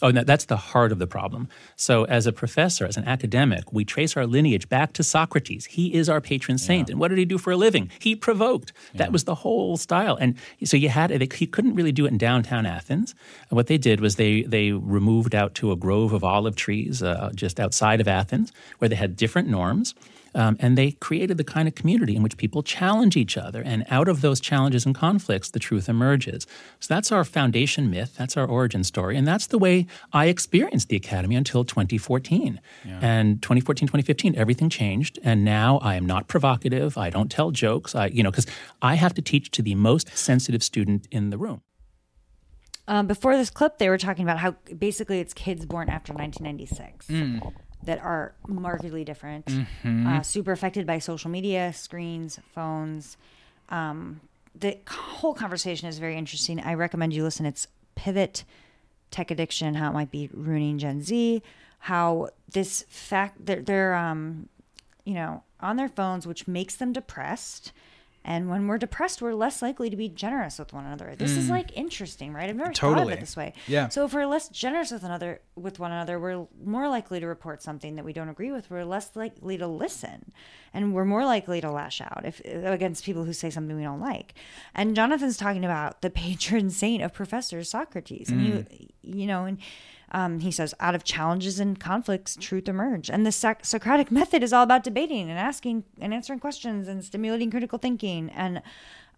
S7: Oh, no, that's the heart of the problem. So, as a professor, as an academic, we trace our lineage back to Socrates. He is our patron saint. And what did he do for a living? He provoked. That was the whole style. And so you had they, he couldn't really do it in downtown Athens. And what they did was they they removed out to a grove of olive trees uh, just outside of Athens, where they had different norms. Um, and they created the kind of community in which people challenge each other. And out of those challenges and conflicts, the truth emerges. So that's our foundation myth. That's our origin story. And that's the way I experienced the Academy until 2014. And 2014, 2015, everything changed. And now I am not provocative. I don't tell jokes. I, you know, because I have to teach to the most sensitive student in the room.
S2: Um, before this clip, they were talking about how basically it's kids born after 1996 that are markedly different, uh, super affected by social media, screens, phones. Um, the c- whole conversation is very interesting. I recommend you listen. It's Pivot Tech Addiction, How It Might Be Ruining Gen Z. how this fact they're, they're um, you know, on their phones, which makes them depressed. And when we're depressed, we're less likely to be generous with one another. This is like interesting, right? I've never thought
S1: Totally.
S2: of it this way.
S1: Yeah.
S2: So if we're less generous with another with one another, we're more likely to report something that we don't agree with. We're less likely to listen, and we're more likely to lash out if against people who say something we don't like. And Jonathan's talking about the patron saint of professors, Socrates, and
S1: Mm.
S2: he, you know, and um, he says, out of challenges and conflicts, truth emerge. And the Soc- Socratic method is all about debating and asking and answering questions and stimulating critical thinking. And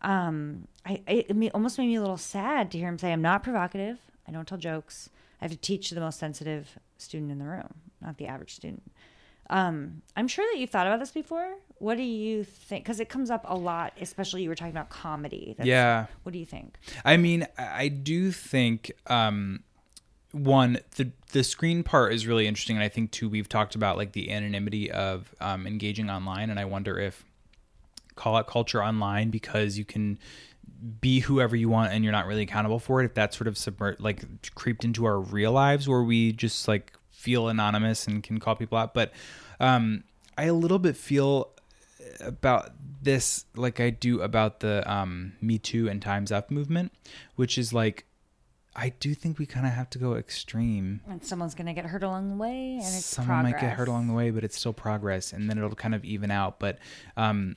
S2: um, I, I it ma- almost made me a little sad to hear him say, "I'm not provocative. I don't tell jokes. I have to teach the most sensitive student in the room, not the average student." Um, I'm sure that you've thought about this before. What do you think? Because it comes up a lot, especially you were talking about comedy. That's-
S1: Yeah.
S2: What do you think?
S1: I mean, I I do think um, one the the screen part is really interesting, and I think two we've talked about like the anonymity of um, engaging online, and I wonder if call out culture online because you can be whoever you want and you're not really accountable for it if that sort of subvert like creeped into our real lives where we just like feel anonymous and can call people out but um i a little bit feel about this like I do about the um, Me Too and Time's Up movement, which is like, I do think we kind of have to go extreme.
S2: And someone's gonna get hurt along the way, and it's
S1: Someone
S2: progress.
S1: might get hurt along the way, but it's still progress, and then it'll kind of even out. But, um,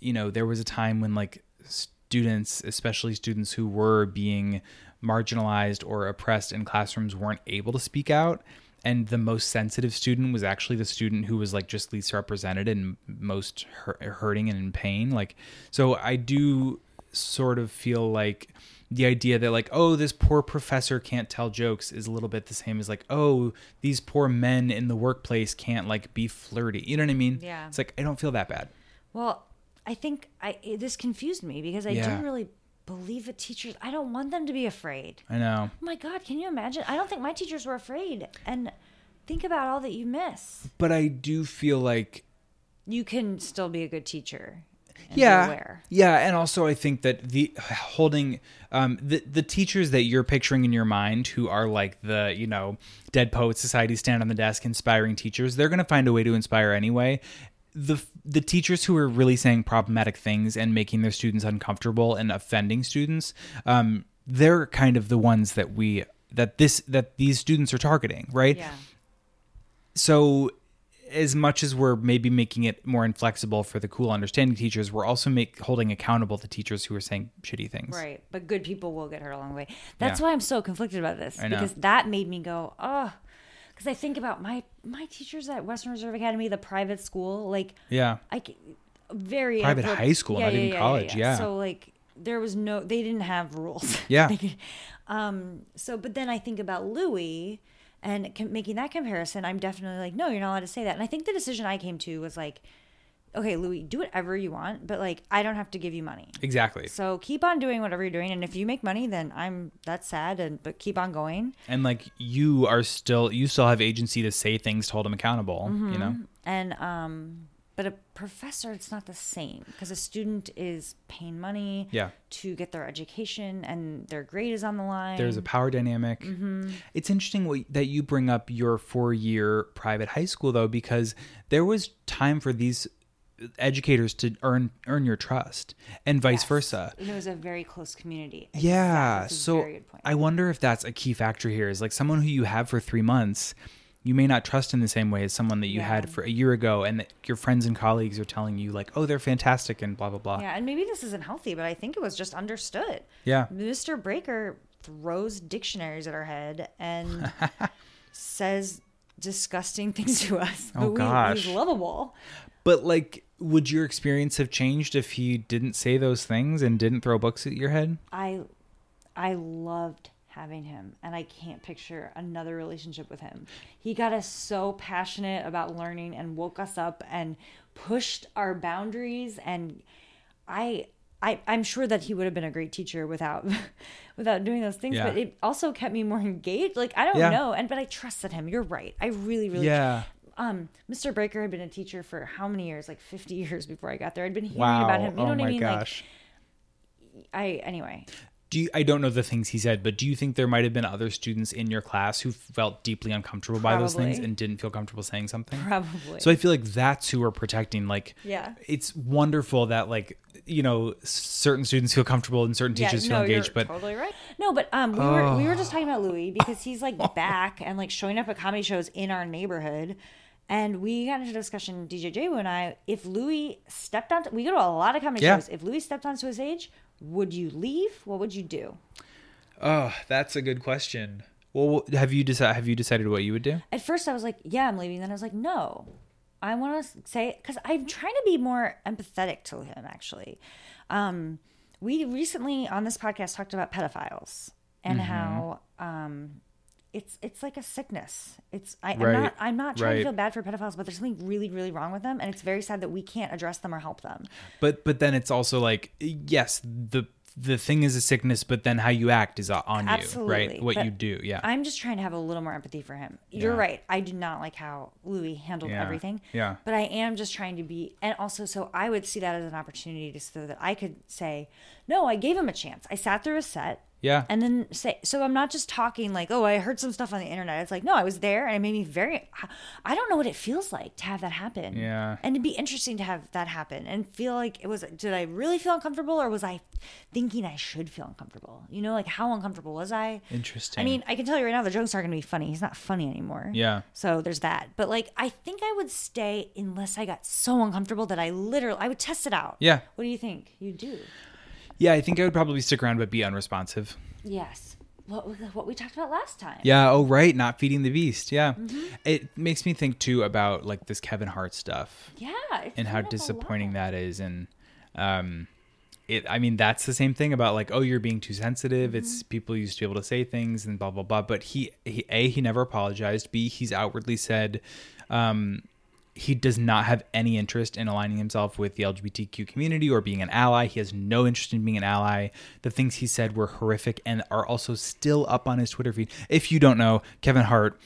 S1: you know, there was a time when like students, especially students who were being marginalized or oppressed in classrooms, weren't able to speak out. And the most sensitive student was actually the student who was like just least represented and most hurt, hurting and in pain. Like, so I do sort of feel like the idea that like oh this poor professor can't tell jokes is a little bit the same as like oh these poor men in the workplace can't like be flirty you know what i mean
S2: Yeah.
S1: it's like i don't feel that bad
S2: Well, I think I it- this confused me because I
S1: Yeah.
S2: do really believe that teachers. I don't want them to be afraid.
S1: i know
S2: Oh my God, can you imagine? I don't think my teachers were afraid. And think about all that you miss.
S1: but i do feel like
S2: You can still be a good teacher. and be
S1: yeah
S2: aware.
S1: yeah and also i think that the holding um the the teachers that you're picturing in your mind who are like the you know dead poets society stand on the desk inspiring teachers they're going to find a way to inspire anyway the the teachers who are really saying problematic things and making their students uncomfortable and offending students um they're kind of the ones that we that this that these students are targeting right
S2: Yeah.
S1: so as much as we're maybe making it more inflexible for the cool understanding teachers, we're also make holding accountable the teachers who are saying shitty things.
S2: Right. But good people will get hurt along the way. That's
S1: Yeah.
S2: why I'm so conflicted about this
S1: know.
S2: because that made me go, oh, because I think about my my teachers at Western Reserve Academy, the private school, like
S1: Yeah.
S2: I c- very
S1: Private
S2: inappropriate-
S1: high school, not even college, yeah.
S2: So like there was no, they didn't have rules.
S1: Yeah.
S2: They could- um. So, but then I think about Louis and com- making that comparison. I'm definitely like, no, you're not allowed to say that. And I think the decision I came to was like, okay, Louis, do whatever you want, but like I don't have to give you money.
S1: Exactly.
S2: So keep on doing whatever you're doing, and if you make money, then I'm that's sad, and but keep on going.
S1: And like you are still you still have agency to say things to hold them accountable,
S2: Mm-hmm.
S1: you know?
S2: and um but a professor it's not the same because a student is paying money
S1: Yeah.
S2: to get their education and their grade is on the line
S1: There's a power dynamic.
S2: Mm-hmm.
S1: It's interesting what, that you bring up your four year private high school though, because there was time for these educators to earn earn your trust and vice versa.
S2: and it was a very close community
S1: Yeah.
S2: That's a
S1: So
S2: very good point.
S1: I wonder if that's a key factor here is like someone who you have for three months, you may not trust in the same way as someone that you had for a year ago and that your friends and colleagues are telling you like, oh, they're fantastic and blah, blah, blah.
S2: yeah and maybe this isn't healthy but i think it was just understood
S1: Yeah.
S2: mr breaker throws dictionaries at our head and says disgusting things to us but we,
S1: Oh, gosh.
S2: he's lovable
S1: But like, would your experience have changed if he didn't say those things and didn't throw books at your head?
S2: I I loved having him and I can't picture another relationship with him. He got us so passionate about learning and woke us up and pushed our boundaries and I I, I'm sure that he would have been a great teacher without without doing those things,
S1: Yeah.
S2: but it also kept me more engaged. Like I don't
S1: Yeah.
S2: know, and but I trusted him. You're right. I really, really
S1: Yeah.
S2: um, Mr. Breaker had been a teacher for how many years? Like 50 years before I got there. I'd been hearing
S1: Wow.
S2: about him. You know
S1: oh
S2: what
S1: my
S2: I mean?
S1: gosh.
S2: Like I anyway.
S1: do you, I don't know the things he said, but do you think there might have been other students in your class who felt deeply uncomfortable by those things
S2: Probably.
S1: and didn't feel comfortable saying something?
S2: Probably.
S1: So I feel like that's who we're protecting. Like,
S2: Yeah.
S1: it's wonderful that like you know certain students feel comfortable and certain teachers feel
S2: no,
S1: engaged,
S2: you're
S1: but Ah.
S2: totally right. No, but um, we were we were just talking about Louis because he's like back and like showing up at comedy shows in our neighborhood, and we got into a discussion DJ Jabu and I if Louis stepped onto we go to a lot of comedy
S1: Yeah.
S2: shows if Louis stepped onto his stage would you leave what would you do
S1: oh, that's a good question. Well, wh- have you decided? Have you decided what you would do?
S2: at first I was like, yeah, I'm leaving. Then I was like, no, I want to say because I'm trying to be more empathetic to him. Actually, um, we recently on this podcast talked about pedophiles
S1: Mm-hmm.
S2: and how um, it's it's like a sickness. It's I,
S1: Right.
S2: I'm not I'm not trying
S1: Right.
S2: to feel bad for pedophiles, but there's something really really wrong with them, and it's very sad that we can't address them or help them.
S1: But but then it's also like yes, the the thing is a sickness, but then how you act is on you,
S2: Absolutely,
S1: right? What
S2: but
S1: you do, yeah.
S2: I'm just trying to have a little more empathy for him. You're
S1: Yeah.
S2: right. I do not like how Louis handled
S1: Yeah.
S2: everything.
S1: Yeah.
S2: But I am just trying to be, and also, so I would see that as an opportunity to so that I could say, no, I gave him a chance. I sat through a set.
S1: Yeah.
S2: And then say, so I'm not just talking like, oh, I heard some stuff on the internet. It's like, no, I was there and it made me very, I don't know what it feels like to have that happen.
S1: Yeah.
S2: And it'd be interesting to have that happen and feel like it was, did I really feel uncomfortable or was I thinking I should feel uncomfortable? You know, like how uncomfortable was I?
S1: Interesting.
S2: I mean, I can tell you right now, the joke's aren't going to be funny. He's not funny anymore.
S1: Yeah.
S2: So there's that. But like, I think I would stay unless I got so uncomfortable that I literally, I would test it out.
S1: Yeah.
S2: What do you think? You do.
S1: yeah, I think I would probably stick around but be unresponsive.
S2: Yes. What, what we talked about last time.
S1: Yeah. Oh, right. Not feeding the beast. Yeah.
S2: Mm-hmm.
S1: It makes me think too about like this Kevin Hart stuff
S2: Yeah. it's
S1: and how
S2: kind of a
S1: disappointing
S2: lot.
S1: that is. And um, it. I mean, that's the same thing about like, oh, you're being too sensitive. It's people used to be able to say things and blah blah blah. But he, he a he never apologized. B he's outwardly said. Um, he does not have any interest in aligning himself with the LGBTQ community or being an ally. He has no interest in being an ally. The things he said were horrific and are also still up on his Twitter feed. If you don't know, Kevin Hart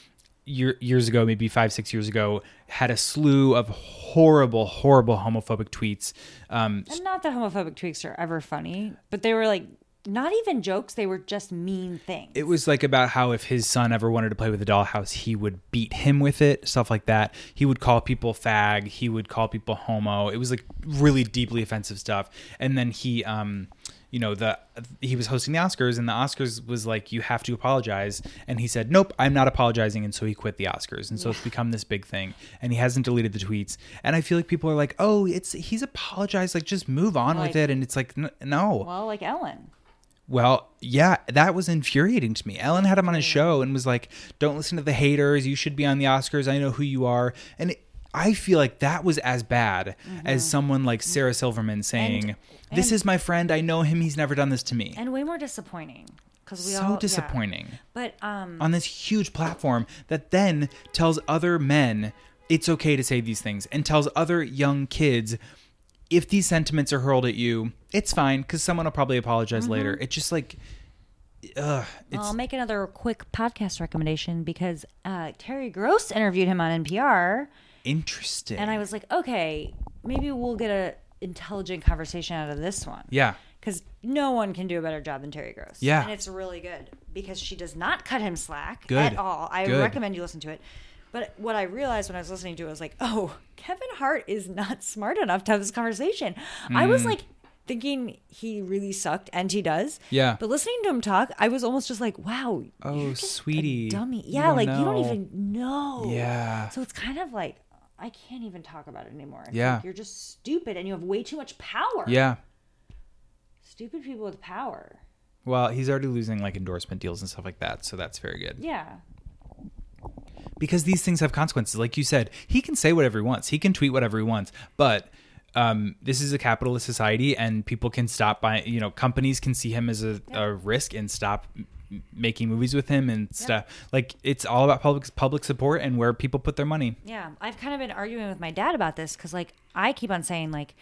S1: year, years ago, maybe five, six years ago, had a slew of horrible, horrible homophobic tweets. Um,
S2: And not that homophobic tweaks are ever funny, but they were like, not even jokes. They were just mean things.
S1: it was like about how if his son ever wanted to play with a dollhouse, he would beat him with it, stuff like that. He would call people fag, he would call people homo. It was like really deeply offensive stuff. And then he, um, you know, the he was hosting the Oscars, and the Oscars was like, "You have to apologize," and he said, "Nope, I'm not apologizing," and so he quit the Oscars, and so it's become this big thing. And he hasn't deleted the tweets, and I feel like people are like, "Oh, it's he's apologized, like just move on
S2: Like-
S1: with it," and it's like, "N- "No,
S2: well, like Ellen.
S1: well, yeah, that was infuriating to me. Ellen had him on his show and was like, "Don't listen to the haters. You should be on the Oscars. I know who you are." And it, I feel like that was as bad
S2: Mm-hmm.
S1: as someone like Sarah Silverman saying, "This is my friend. I know him. He's never done this to me."
S2: And way more disappointing. Cause we
S1: so
S2: all, yeah.
S1: disappointing
S2: But, um,
S1: on this huge platform that then tells other men it's okay to say these things and tells other young kids if these sentiments are hurled at you, it's fine because someone will probably apologize
S2: Mm-hmm.
S1: later. It's just like, ugh, it's
S2: I'll make another quick podcast recommendation because uh, Terry Gross interviewed him on NPR,
S1: interesting.
S2: and I was like, okay, maybe we'll get a intelligent conversation out of this one.
S1: yeah,
S2: Because no one can do a better job than Terry Gross.
S1: Yeah.
S2: And it's really good because she does not cut him slack
S1: Good.
S2: at all. I
S1: Good.
S2: recommend you listen to it. But what I realized when I was listening to it was like, oh, Kevin Hart is not smart enough to have this conversation. I
S1: Mm.
S2: was like thinking he really sucked, and he does.
S1: Yeah.
S2: But listening to him talk, I was almost just like, wow,
S1: Oh, sweetie,
S2: a dummy.
S1: you
S2: Yeah,
S1: don't
S2: like you don't
S1: know.
S2: even know.
S1: Yeah.
S2: So it's kind of like I can't even talk about it anymore. It's
S1: Yeah.
S2: like, you're just stupid and you have way too much power.
S1: yeah.
S2: Stupid people with power.
S1: Well, he's already losing like endorsement deals and stuff like that, so that's very good.
S2: Yeah.
S1: because these things have consequences. Like you said, he can say whatever he wants, he can tweet whatever he wants, but um, this is a capitalist society, and people can stop by. You know, companies can see him as a, a risk and stop m- making movies with him and stuff. Like it's all about public public support and where people put their money.
S2: Yeah. I've kind of been arguing with my dad about this because like I keep on saying like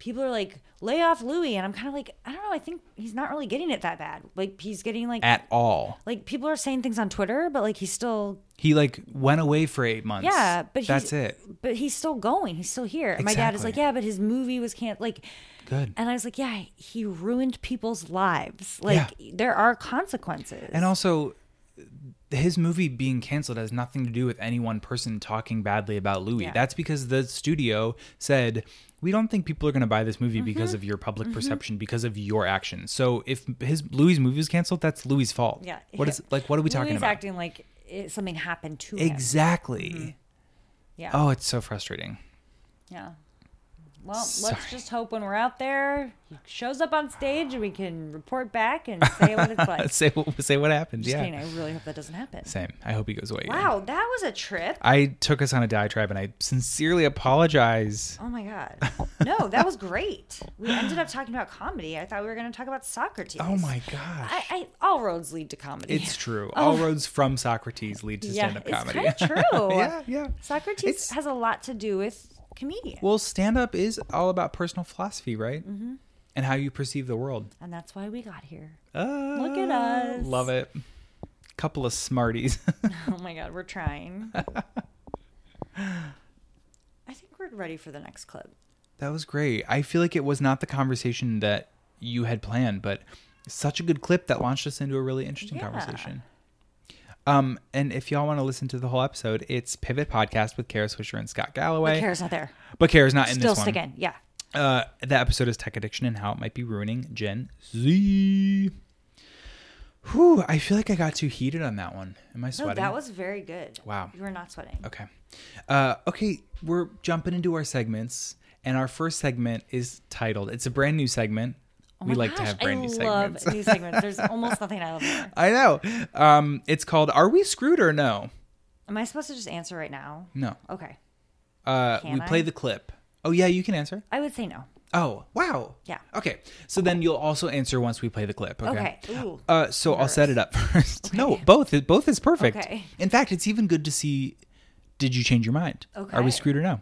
S2: people are like, lay off Louis. And I'm kind of like, I don't know. I think he's not really getting it that bad. Like, he's getting like,
S1: at all.
S2: like people are saying things on Twitter, but like he's still,
S1: He like went away for eight months.
S2: yeah, but he's,
S1: that's it.
S2: But he's still going. He's still here. And My dad is
S1: Exactly.
S2: like, yeah, but his movie was can't like,
S1: Good.
S2: and I was like, yeah, he ruined people's lives. Like there are consequences.
S1: And also, his movie being canceled has nothing to do with any one person talking badly about Louis. That's because the studio said, "We don't think people are going to buy this movie
S2: Mm-hmm.
S1: because of your public perception, because of your actions." So if his Louis movie was canceled, that's Louis' fault.
S2: Yeah.
S1: What is like? What are we talking
S2: Louis
S1: about?
S2: acting like it, something happened to him.
S1: exactly.
S2: Mm-hmm. Yeah.
S1: Oh, it's so frustrating.
S2: Yeah. Well, let's just hope when we're out there, he shows up on stage and we can report back and say what it's like.
S1: say what say what happened.
S2: Just
S1: yeah.
S2: kidding. I really hope that doesn't happen.
S1: Same. I hope he goes away. again.
S2: Wow, that was a trip.
S1: I took us on a diatribe, and I sincerely apologize.
S2: Oh my God. No, that was great. We ended up talking about comedy. I thought we were going to talk about Socrates.
S1: Oh my gosh.
S2: I, I, all roads lead to comedy. Oh.
S1: It's true. All roads from Socrates lead to
S2: yeah,
S1: stand-up
S2: it's
S1: comedy.
S2: kind of true.
S1: yeah, yeah.
S2: Socrates
S1: It's-
S2: has a lot to do with comedians,
S1: Well, stand-up is all about personal philosophy, right? Mm-hmm. And how you perceive the world.
S2: and that's why we got here.
S1: Look
S2: at us.
S1: Love it. Couple of smarties.
S2: Oh my god, we're trying. I think we're ready for the next clip.
S1: that was great. I feel like it was not the conversation that you had planned, but such a good clip that launched us into a really interesting
S2: Yeah.
S1: conversation. Um, and if y'all want to listen to the whole episode, it's Pivot Podcast with Kara Swisher and Scott Galloway.
S2: Kara's not there.
S1: But Kara's not in
S2: Still
S1: this one.
S2: stick in. Yeah.
S1: Uh, the episode is tech addiction and how it might be ruining Gen Z. Whew, I feel like I got too heated on that one. Am I
S2: No,
S1: sweating?
S2: that was very good.
S1: Wow.
S2: You were not sweating.
S1: okay. Uh, okay, we're jumping into our segments, and our first segment is titled. It's a brand new segment. we like to
S2: Oh Gosh,
S1: have brand
S2: I
S1: new
S2: love
S1: segments.
S2: new segments. There's almost nothing I love more.
S1: I know. Um, it's called "Are We Screwed or No?"
S2: Am I supposed to just answer right now?
S1: No.
S2: Okay.
S1: Uh,
S2: Can
S1: we play
S2: I?
S1: the clip. Oh yeah, you can answer.
S2: I would say no.
S1: Oh wow.
S2: Yeah.
S1: Okay. So then you'll also answer once we play the clip.
S2: Okay. Ooh.
S1: Uh, so I'll set it up first. No, both. is- Both is perfect.
S2: Okay.
S1: In fact, it's even good to see. Did you change your mind? Are
S2: Okay.
S1: we screwed or no?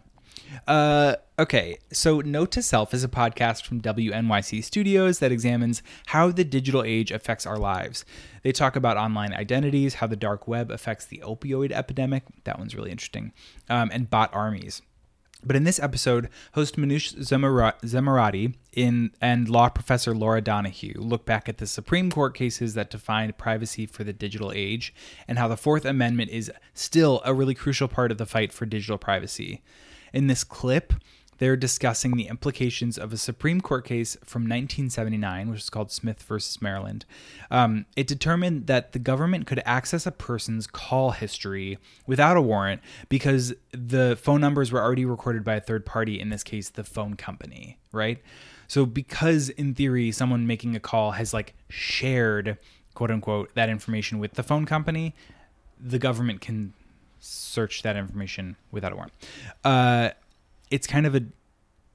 S1: Uh, okay. So, Note to Self is a podcast from WNYC Studios that examines how the digital age affects our lives. They talk about online identities, how the dark web affects the opioid epidemic. That one's really interesting. Um, and bot armies. But in this episode, host Manush Zemara- Zemarati in, and law professor Laura Donahue look back at the Supreme Court cases that defined privacy for the digital age and how the Fourth Amendment is still a really crucial part of the fight for digital privacy. In this clip, they're discussing the implications of a Supreme Court case from 1979, which is called Smith versus Maryland. Um, it determined that the government could access a person's call history without a warrant because the phone numbers were already recorded by a third party, in this case, the phone company, right? So, because in theory, someone making a call has like shared, quote unquote, that information with the phone company, the government can search that information without a warrant. Uh, it's kind of a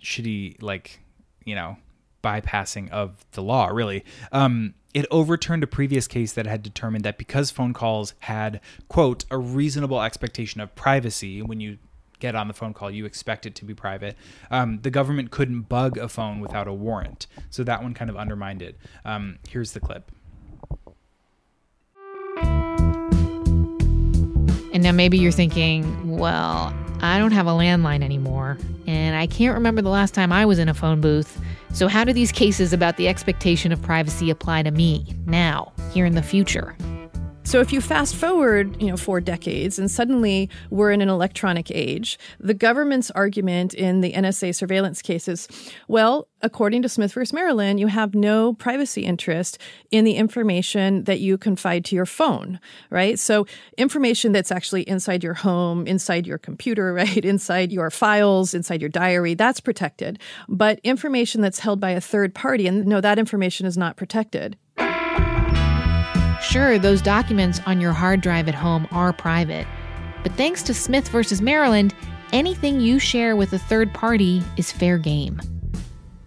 S1: shitty, like, you know, bypassing of the law, really. Um, it overturned a previous case that had determined that because phone calls had, quote, a reasonable expectation of privacy when you get on the phone call, you expect it to be private. Um, the government couldn't bug a phone without a warrant. So that one kind of undermined it. Um, here's the clip.
S9: And now maybe you're thinking, well, I don't have a landline anymore, and I can't remember the last time I was in a phone booth. So, how do these cases about the expectation of privacy apply to me now, here in the future?
S10: So if you fast forward, you know, four decades and suddenly we're in an electronic age, the government's argument in the NSA surveillance cases, well, according to Smith versus Maryland, you have no privacy interest in the information that you confide to your phone, right? So information that's actually inside your home, inside your computer, right, inside your files, inside your diary, that's protected. But information that's held by a third party and no that information is not protected.
S9: Sure, those documents on your hard drive at home are private, but thanks to Smith versus Maryland, anything you share with a third party is fair game.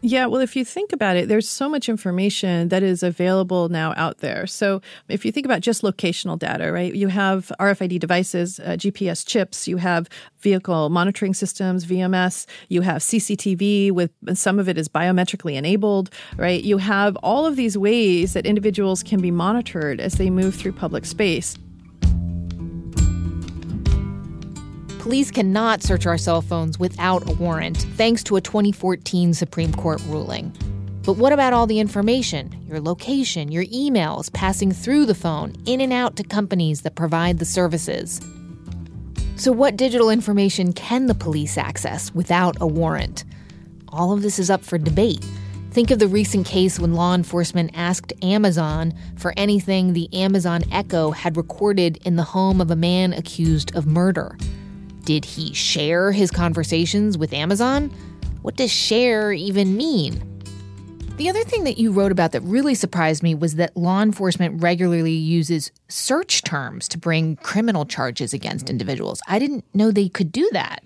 S10: Yeah, well, if you think about it, there's so much information that is available now out there. So, if you think about just locational data, right, you have RFID devices, uh, GPS chips, you have vehicle monitoring systems, VMS, you have CCTV with and some of it is biometrically enabled, right? You have all of these ways that individuals can be monitored as they move through public space.
S9: Police cannot search our cell phones without a warrant, thanks to a 2014 Supreme Court ruling. But what about all the information, your location, your emails passing through the phone, in and out to companies that provide the services? So, what digital information can the police access without a warrant? All of this is up for debate. Think of the recent case when law enforcement asked Amazon for anything the Amazon Echo had recorded in the home of a man accused of murder. Did he share his conversations with Amazon? What does share even mean? The other thing that you wrote about that really surprised me was that law enforcement regularly uses search terms to bring criminal charges against individuals. I didn't know they could do that.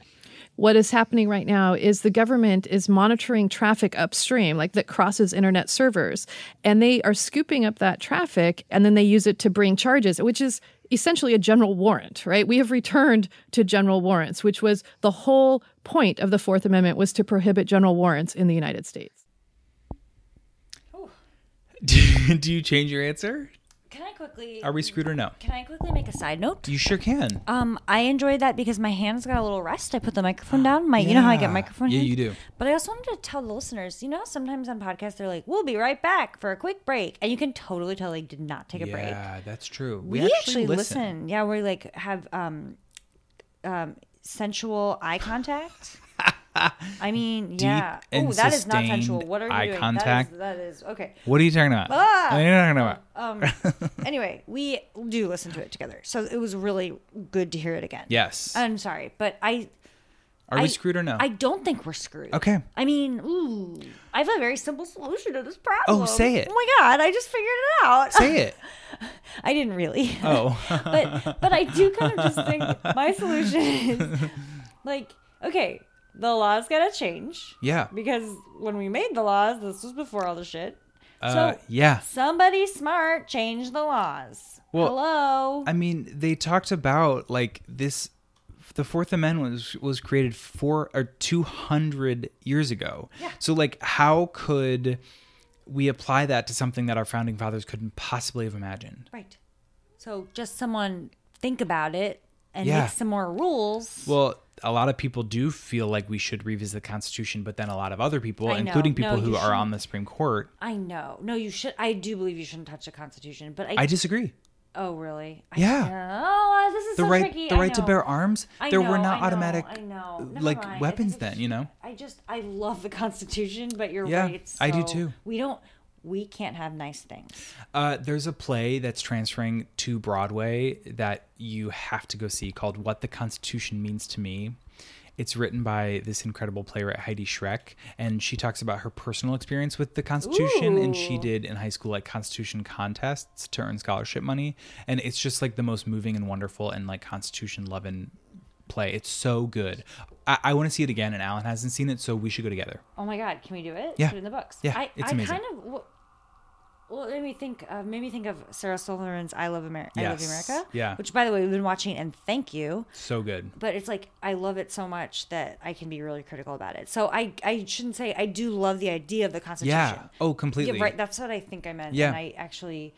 S10: what is happening right now is the government is monitoring traffic upstream, like that crosses internet servers, and they are scooping up that traffic and then they use it to bring charges, which is essentially a general warrant, right? We have returned to general warrants, which was the whole point of the Fourth Amendment was to prohibit general warrants in the United States.
S1: Do, do you change your answer?
S2: Can I quickly?
S1: Are we screwed or no?
S2: Can I quickly make a side note?
S1: You sure can.
S2: Um, I enjoyed that because my hands got a little rest. I put the microphone down. My, you know how I get
S1: Yeah.
S2: microphone.
S1: Yeah,
S2: hands?
S1: you do.
S2: But I also wanted to tell the listeners, you know, how sometimes on podcasts they're like, "We'll be right back for a quick break," and you can totally tell they did not take a break.
S1: Yeah, that's true.
S2: We, actually, listen. Yeah, we like have um, um, sensual eye contact. I mean, yeah.
S1: and
S2: Oh, that is not sensual.
S1: sustained
S2: What are you
S1: eye
S2: doing? That is-
S1: contact. Uh,
S2: that is okay.
S1: What are you talking about?
S2: Ah!
S1: What are you talking about?
S2: Um, anyway, we do listen to it together, so it was really good to hear it again.
S1: Yes.
S2: I'm sorry, but I
S1: Are we
S2: I-
S1: screwed or no?
S2: I don't think we're screwed.
S1: Okay.
S2: I mean, ooh, I have a very simple solution to this problem.
S1: say it.
S2: Oh my god, I just figured it out.
S1: Say it.
S2: I didn't really.
S1: Oh,
S2: but but I do kind of just think my solution is like, okay, the law's gotta change.
S1: Yeah.
S2: Because when we made the laws, this was before all the shit.
S1: Uh,
S2: so
S1: yeah.
S2: somebody smart changed the laws.
S1: Well,
S2: Hello.
S1: I mean, they talked about like this. The Fourth Amendment was was created four or two hundred years ago. Yeah. So like, how could we apply that to something that our founding fathers couldn't possibly have imagined?
S2: right. So just someone think about it and
S1: Yeah.
S2: make some more rules.
S1: Well, a lot of people do feel like we should revisit the Constitution, but then a lot of other people,
S2: I know.
S1: including people
S2: No,
S1: who
S2: you
S1: are on the Supreme Court,
S2: I know. No, you should. I do believe you shouldn't touch the Constitution, but I.
S1: I disagree.
S2: oh, really? I-
S1: Yeah.
S2: Oh, this is
S1: The
S2: so
S1: right,
S2: tricky.
S1: the
S2: I
S1: right to
S2: know.
S1: bear arms.
S2: I
S1: there
S2: know,
S1: were not
S2: I know,
S1: automatic,
S2: I know.
S1: uh,
S2: Never
S1: like
S2: mind. I
S1: weapons
S2: think it's-
S1: then. You know.
S2: I just I love the Constitution, but you're
S1: Yeah,
S2: right. It's
S1: I do
S2: so-
S1: too.
S2: We don't. We can't have nice things.
S1: Uh, there's a play that's transferring to Broadway that you have to go see called What the Constitution Means to Me. It's written by this incredible playwright, Heidi Schreck, and she talks about her personal experience with the Constitution. And she did in high school like Constitution contests to earn scholarship money. And it's just like the most moving and wonderful and like Constitution loving play. It's so good. I, I want to see it again, and Alan hasn't seen it, so we should go together.
S2: Oh my God! Can we do it?
S1: Yeah.
S2: Put it in the books.
S1: Yeah,
S2: I,
S1: it's
S2: I
S1: amazing.
S2: kind of. Well, well, it made me think. Uh, made me think of Sarah Silverman's "I Love America." I Love
S1: Yes.
S2: America.
S1: Yeah.
S2: Which, by the way, we've been watching, and thank you.
S1: So good.
S2: but it's like I love it so much that I can be really critical about it. So I I shouldn't say I do love the idea of the Constitution.
S1: Yeah. Oh, completely.
S2: Yeah, right. That's what I think I meant.
S1: Yeah.
S2: And I actually,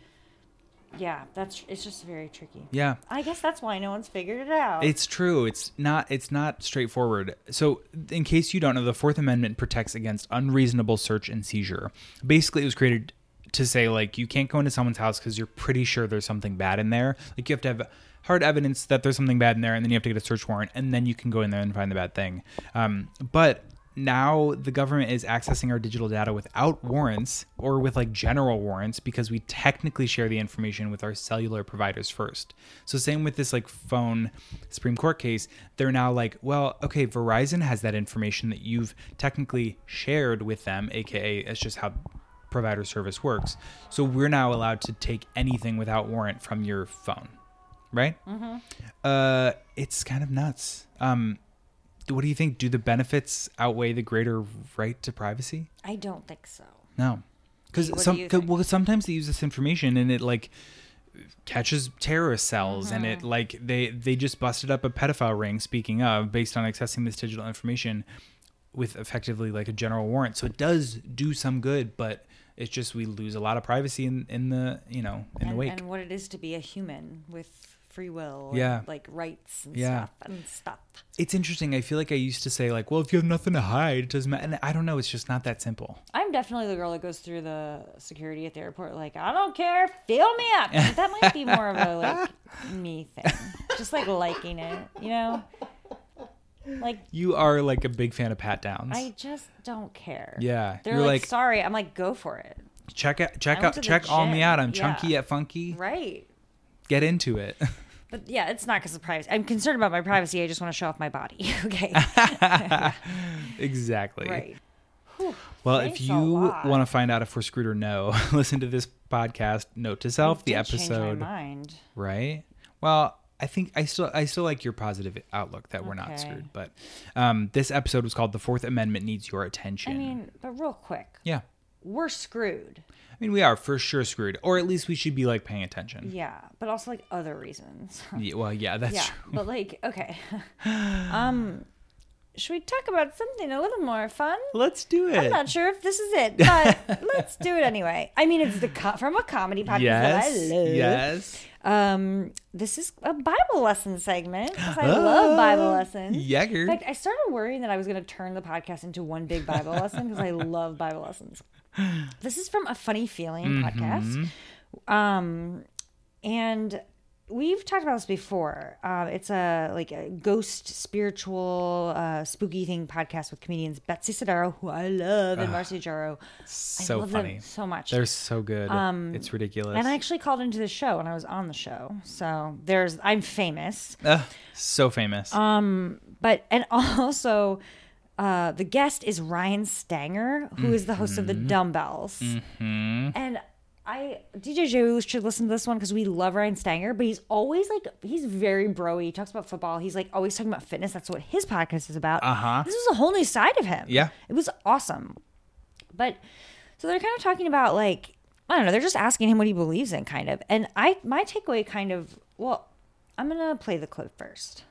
S2: yeah, that's it's just very tricky.
S1: Yeah.
S2: I guess that's why no one's figured it out.
S1: It's true. It's not. It's not straightforward. So, in case you don't know, the Fourth Amendment protects against unreasonable search and seizure. Basically, it was created to say like you can't go into someone's house because you're pretty sure there's something bad in there. Like you have to have hard evidence that there's something bad in there, and then you have to get a search warrant, and then you can go in there and find the bad thing. Um, but now the government is accessing our digital data without warrants or with like general warrants because we technically share the information with our cellular providers first. So same with this like phone Supreme Court case, they're now like, well, okay, Verizon has that information that you've technically shared with them, aka it's just how provider service works. So we're now allowed to take anything without warrant from your phone, right? Mm-hmm. Uh, it's kind of nuts. Um, what do you think? Do the benefits outweigh the greater right to privacy?
S2: I don't think so.
S1: No, because
S2: What do
S1: some
S2: you
S1: 'cause-
S2: think?
S1: well, sometimes they use this information and it like catches terrorist cells and
S2: Uh-huh.
S1: it like they they just busted up a pedophile ring. Speaking of, based on accessing this digital information with effectively like a general warrant, so it does do some good, but it's just we lose a lot of privacy in in the you know in the
S2: And,
S1: wake.
S2: and what it is to be a human with free will, and,
S1: Yeah.
S2: like rights and
S1: Yeah.
S2: stuff and stuff.
S1: it's interesting. I feel like I used to say like, well, if you have nothing to hide, it doesn't matter. And I don't know. It's just not that simple.
S2: I'm definitely the girl that goes through the security at the airport, like, I don't care, fill me up. That might be more of a like me thing. Just like liking it, you know? Like
S1: You are like a big fan of pat downs.
S2: I just don't care.
S1: Yeah,
S2: They're
S1: you're
S2: like,
S1: like-
S2: sorry. I'm like, go for it.
S1: check out, check
S2: went to
S1: out,
S2: the
S1: check all
S2: gym.
S1: me out. I'm
S2: Yeah.
S1: chunky yet funky.
S2: Right.
S1: Get into it.
S2: But yeah, it's not because of privacy. I'm concerned about my privacy. I just want to show off my body. okay.
S1: exactly.
S2: Right.
S1: Well,
S2: Thanks
S1: if
S2: a
S1: you
S2: lot.
S1: want to find out if we're screwed or no, listen to this podcast. Note to self, the
S2: Did change my
S1: episode,
S2: mind.
S1: right? Well, I think I still I still like your positive outlook that we're
S2: Okay.
S1: not screwed. But um, this episode was called "The Fourth Amendment Needs Your Attention."
S2: I mean, but real quick,
S1: yeah,
S2: we're screwed.
S1: I mean we are for sure screwed, or at least we should be like paying attention.
S2: Yeah, but also like other reasons.
S1: Yeah, well, yeah, that's
S2: yeah,
S1: true.
S2: but like, okay. um, should we talk about something a little more fun?
S1: Let's do it.
S2: I'm not sure if this is it, but let's do it anyway. I mean, it's the co- from a comedy podcast.
S1: Yes.
S2: that I love.
S1: Yes.
S2: Um, this is a Bible lesson segment 'cause I
S1: Oh,
S2: love Bible lessons.
S1: Yeager.
S2: In fact, I started worrying that I was going to turn the podcast into one big Bible lesson because I love Bible lessons. This is from a Funny Feeling
S1: Mm-hmm.
S2: podcast, um, and we've talked about this before. Uh, it's a like a ghost, spiritual, uh, spooky thing podcast with comedians Betsy Sidaro, who I love, and Marcy Jaro. I
S1: so
S2: love
S1: funny.
S2: them so much. Um,
S1: They're so good. it's ridiculous.
S2: And I actually called into the show and I was on the show. So there's I'm famous.
S1: Ugh, so
S2: Um,
S1: famous.
S2: But and also uh the guest is Ryan Stanger, who is the host of the
S1: Mm-hmm.
S2: Dumbbells.
S7: Mm-hmm.
S2: And I DJ Jehu should listen to this one because we love Ryan Stanger, but he's always like he's very broy. He talks about football. He's like always talking about fitness. That's what his podcast is about. Uh-huh. This is a whole new side of him.
S1: Yeah.
S2: It was awesome. But so they're kind of talking about like I don't know, they're just asking him what he believes in kind of. And I my takeaway kind of well, I'm gonna play the clip first.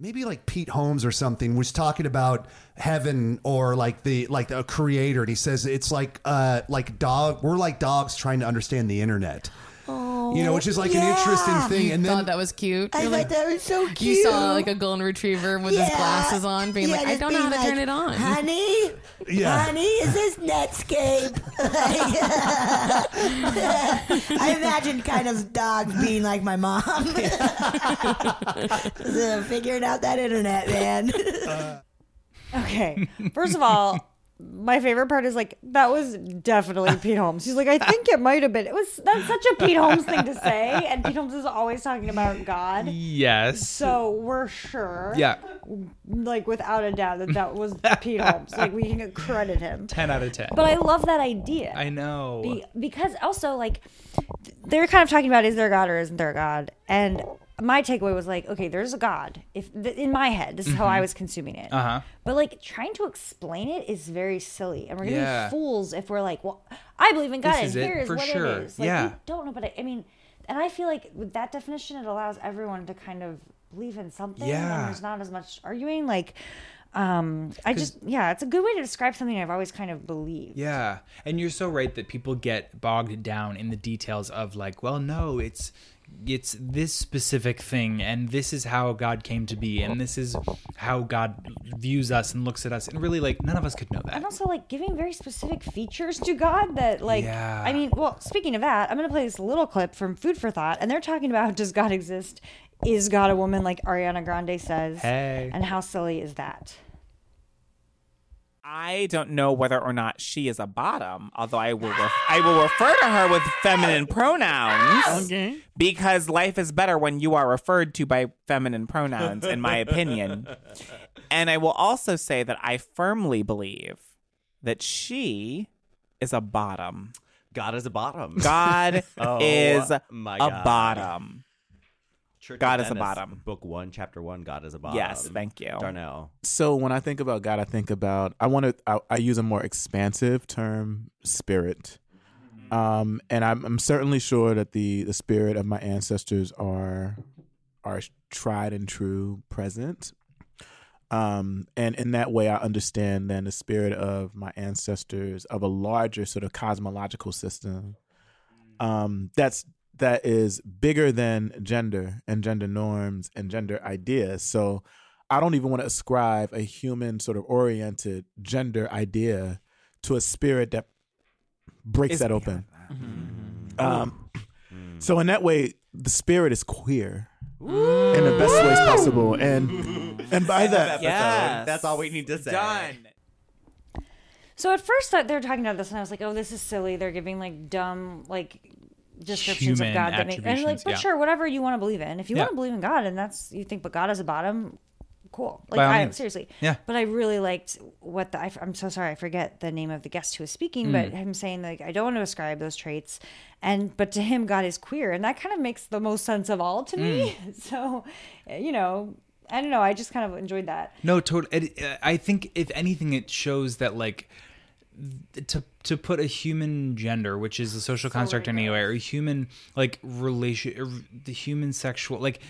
S11: maybe like Pete Holmes or something was talking about heaven or like the like the creator and he says it's like uh like dog we're like dogs trying to understand the internet. Oh, you know, which is like an interesting thing and then
S12: thought that was cute. You're like-
S3: that was so
S12: you saw like a golden retriever with his
S3: Yeah.
S12: glasses on, being
S3: Yeah,
S12: like, "I
S3: just
S12: don't know how
S3: being
S12: to turn
S3: like,
S12: it on."
S3: Honey,
S11: Yeah.
S3: honey, is this Netscape? I imagine kind of dogs being like my mom. So figuring out that internet, man.
S2: Okay. First of all, my favorite part is like that was definitely Pete Holmes. He's like, I think it might have been. It was that's such a Pete Holmes thing to say, and Pete Holmes is always talking about God.
S1: yes.
S2: So we're sure,
S1: yeah.
S2: like without a doubt, that that was Pete Holmes. Like we can credit him.
S1: 10 out of 10.
S2: But I love that idea.
S1: I know.
S2: Be- because also like th- they're kind of talking about is there a god or isn't there a god and my takeaway was like okay there's a god if th- in my head this is
S1: Mm-hmm.
S2: how i was consuming it uh-huh. but like trying to explain it is very silly and we're gonna
S1: Yeah.
S2: be fools if we're like well i believe in god
S1: This
S2: and
S1: is it,
S2: here is
S1: for
S2: what
S1: sure.
S2: it is like
S1: Yeah.
S2: we don't know but I, I mean and i feel like with that definition it allows everyone to kind of believe in something
S1: Yeah.
S2: and there's not as much arguing like um i just yeah it's a good way to describe something i've always kind of believed
S1: yeah. And you're so right that people get bogged down in the details of like, well, no, it's it's this specific thing and this is how God came to be and this is how God views us and looks at us. And really like none of us could know that.
S2: and also like giving very specific features to God that like
S1: Yeah.
S2: I mean, well, speaking of that, I'm gonna play this little clip from Food for Thought, and they're talking about does God exist? Is God a woman like Ariana Grande says?
S1: Hey.
S2: And how silly is that?
S13: I don't know whether or not she is a bottom, although I will ref- I will refer to her with feminine pronouns. Okay. Because life is better when you are referred to by feminine pronouns in my opinion. And I will also say that I firmly believe that she is a bottom.
S14: God is a bottom.
S13: God
S14: Oh,
S13: is
S14: my
S13: a
S14: God.
S13: bottom.
S14: Church
S13: God
S14: of
S13: is a
S14: Venice,
S13: bottom.
S14: Book one, chapter one. God is a bottom.
S13: Yes, thank you.
S14: Darnell.
S15: So when I think about God, I think about I want to I, I use a more expansive term, spirit, um, and I'm, I'm certainly sure that the the spirit of my ancestors are are tried and true, present, um, and in that way, I understand then the spirit of my ancestors of a larger sort of cosmological system um, that's that is bigger than gender and gender norms and gender ideas. So I don't even want to ascribe a human sort of oriented gender idea to a spirit that breaks
S16: It's
S15: that open. Um, So in that way, the spirit is queer in the best ways possible, and and by that,
S14: Yes. That's all we need to say. Done.
S2: So at first I- they were talking about this, and I was like, "Oh, this is silly. They're giving like dumb like descriptions
S1: Human
S2: of God that make." And like,
S1: attributions,
S2: but
S1: yeah.
S2: sure, whatever you want to believe in. If you
S1: Yeah.
S2: want to believe in God, and that's you think, but God is a bottom. Cool. Like,
S1: By all
S2: I,
S1: means.
S2: seriously.
S1: Yeah.
S2: But I really liked what the. I, am so sorry, I forget the name of the guest who was speaking, but
S1: Mm.
S2: him saying like, "I don't want to ascribe those traits," and but to him, God is queer, and that kind of makes the most sense of all to me.
S1: Mm.
S2: So, eh, you know, I don't know. I just kind of enjoyed that.
S1: No, totally. uh, I think if anything, it shows that like th- to to put a human gender, which is a social construct anyway, or a human like relation, or the human sexual like.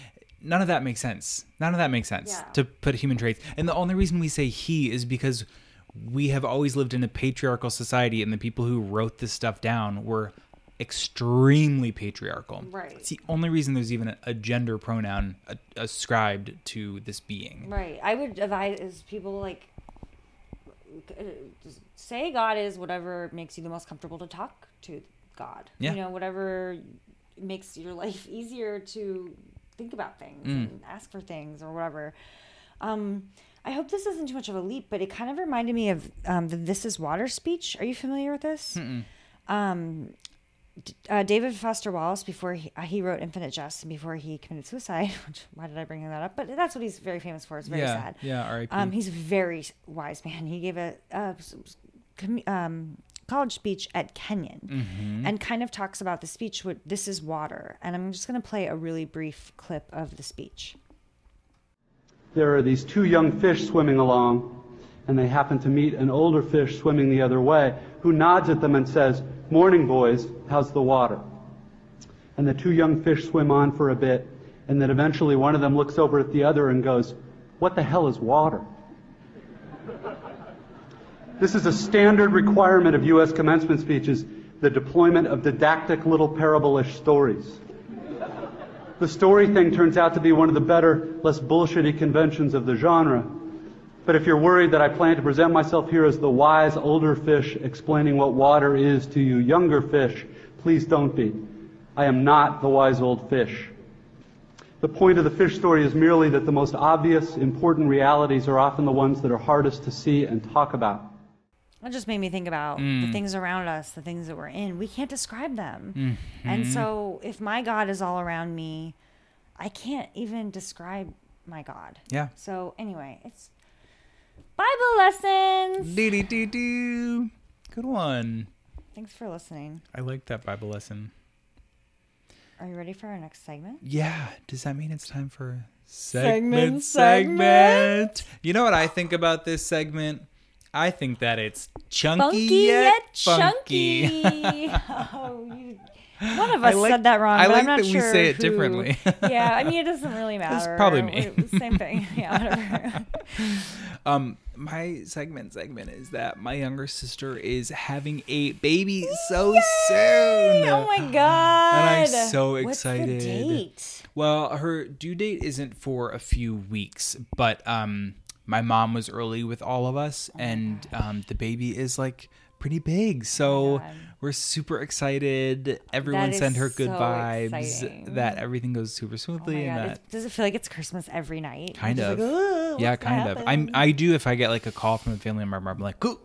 S1: None of that makes sense. None of that makes sense to put human traits. And the only reason we say he is because we have always lived in a patriarchal society, and the people who wrote this stuff down were extremely patriarchal.
S2: Right.
S1: It's the only reason there's even a, a gender pronoun a- ascribed to this being.
S2: Right. I would advise is people like uh, just say God is whatever makes you the most comfortable to talk to God.
S1: Yeah.
S2: You know, whatever makes your life easier to think about things
S1: Mm.
S2: and ask for things or whatever. Um, I hope this isn't too much of a leap, but it kind of reminded me of um, the "This Is Water" speech. Are you familiar with this?
S1: Mm-mm.
S2: um, d- uh, David Foster Wallace before he, uh, he wrote Infinite Jest and before he committed suicide. Which, why did I bring that up? But that's what he's very famous for. It's very
S1: Yeah,
S2: sad.
S1: yeah, R.I.P..
S2: Um, he's a very s- wise man. He gave a, uh, s- s- com- um, college speech at Kenyon
S1: Mhm.
S2: and kind of talks about the speech. With this is water, and I'm just going to play a really brief clip of the speech.
S17: There are these two young fish swimming along, and they happen to meet an older fish swimming the other way, who nods at them and says, Morning, boys, how's the water? And the two young fish swim on for a bit, and then eventually one of them looks over at the other and goes, What the hell is water? This is a standard requirement of U.S. commencement speeches the deployment of didactic little parabolish stories. The story thing turns out to be one of the better, less bullshitty conventions of the genre. But if you're worried that I plan to present myself here as the wise older fish explaining what water is to you younger fish, please don't be. I am not the wise old fish. The point of the fish story is merely that the most obvious, important realities are often the ones that are hardest to see and talk about.
S2: It just made me think about the
S17: Mm.
S2: things around us, the things that we're in. We can't describe them. And
S1: Mhm.
S2: so if my God is all around me, I can't even describe my God.
S1: Yeah.
S2: So anyway, it's Bible lessons.
S1: Dee dee dee doo. Good one.
S2: Thanks for listening.
S1: I like that Bible lesson.
S2: Are you ready for our next segment?
S1: Yeah. Does that mean it's time for
S2: Segment,
S1: segment?
S2: segment.
S1: segment? You know what I think about this segment? I think that it's chunky
S2: Funky
S1: yet,
S2: yet
S1: funky.
S2: chunky. oh, you. One of
S1: I
S2: us
S1: like-
S2: said that wrong.
S1: I
S2: but I'm
S1: like
S2: not
S1: that we
S2: sure
S1: say it
S2: who-
S1: differently.
S2: yeah, I mean it doesn't really
S1: It's
S2: matter.
S1: probably me.
S2: It was the Same thing. Yeah, whatever.
S1: Um, my segment segment is that my younger sister is having a baby so soon.
S2: Oh my god!
S1: And I'm so
S2: What's the
S1: excited.
S2: date?
S1: Well, her due date isn't for a few weeks, but um my mom was early with all of us
S2: Oh
S1: and um the baby is like pretty big. So we're super excited. Everyone
S2: is
S1: send her good
S2: so
S1: vibes
S2: exciting.
S1: that everything goes super
S2: Oh
S1: smoothly
S2: my
S1: and
S2: God,
S1: that
S2: it's- does it feel like it's Christmas every night?
S1: Kind
S2: You're
S1: of.
S2: just like, "Ooh,
S1: yeah,
S2: what's
S1: kind of. I'm
S2: happening?"
S1: I do if I get like a call from a family member, I'm like, Ooh.
S2: Oh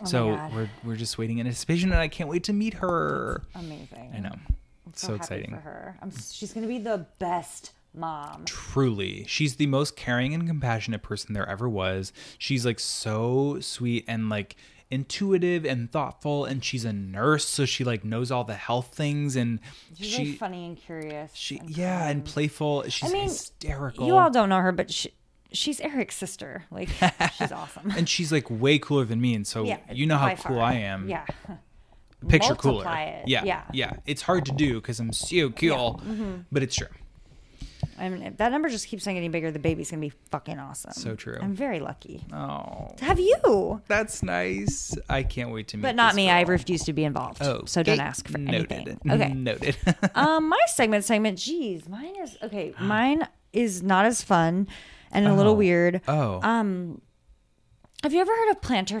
S2: my
S1: so
S2: God.
S1: we're we're just waiting in anticipation, and I can't wait to meet her.
S2: amazing.
S1: I know.
S2: I'm
S1: It's so,
S2: happy
S1: exciting.
S2: for her. I'm, she's gonna be the best mom.
S1: Truly, she's the most caring and compassionate person there ever was. She's like so sweet and like intuitive and thoughtful and she's a nurse so she like knows all the health things and
S2: She's
S1: she
S2: really funny and curious.
S1: she yeah and playful she's
S2: mean,
S1: hysterical
S2: You all don't know her, but she, she's Eric's sister. Like she's awesome.
S1: and she's like way cooler than me and so
S2: yeah,
S1: you know how
S2: by
S1: cool
S2: far.
S1: I am
S2: Yeah.
S1: picture
S2: Multiply
S1: cooler
S2: it.
S1: yeah
S2: Yeah.
S1: yeah it's hard to do because I'm so cool
S2: Mhm.
S1: but it's true
S2: I mean, if that number just keeps on getting bigger, the baby's gonna be fucking awesome.
S1: So true.
S2: I'm very lucky.
S1: oh
S2: To have you,
S1: that's nice I can't wait to meet
S2: but not
S1: this
S2: me.
S1: girl. Oh,
S2: I refuse to be involved. so don't
S1: Okay.
S2: ask for
S1: Noted.
S2: anything. Okay.
S1: Noted.
S2: um, my segment segment. Geez, mine is okay. Mine is not as fun and a
S1: Oh.
S2: little weird.
S1: Oh.
S2: Um, have you ever heard of plantar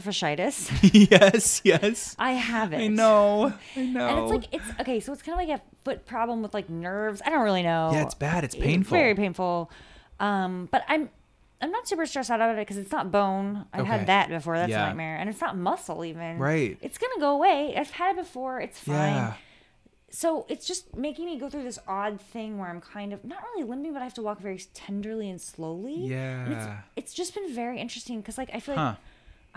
S2: fasciitis?
S1: yes, yes.
S2: I haven't.
S1: I know. I
S2: And
S1: know.
S2: it's like it's okay, so it's kind of like a foot problem with like nerves. I don't really know.
S1: Yeah, it's bad. It's painful.
S2: very painful. Um, but I'm I'm not super stressed out about it because it's not bone. I've
S1: Okay.
S2: had that before. That's
S1: Yeah.
S2: a nightmare, and it's not muscle even.
S1: Right.
S2: It's gonna go away. I've had it before. It's fine.
S1: Yeah.
S2: So it's just making me go through this odd thing where I'm kind of not really limping, but I have to walk very tenderly and slowly. And it's,
S1: Yeah.
S2: it's just been very interesting because like I feel
S1: Huh.
S2: like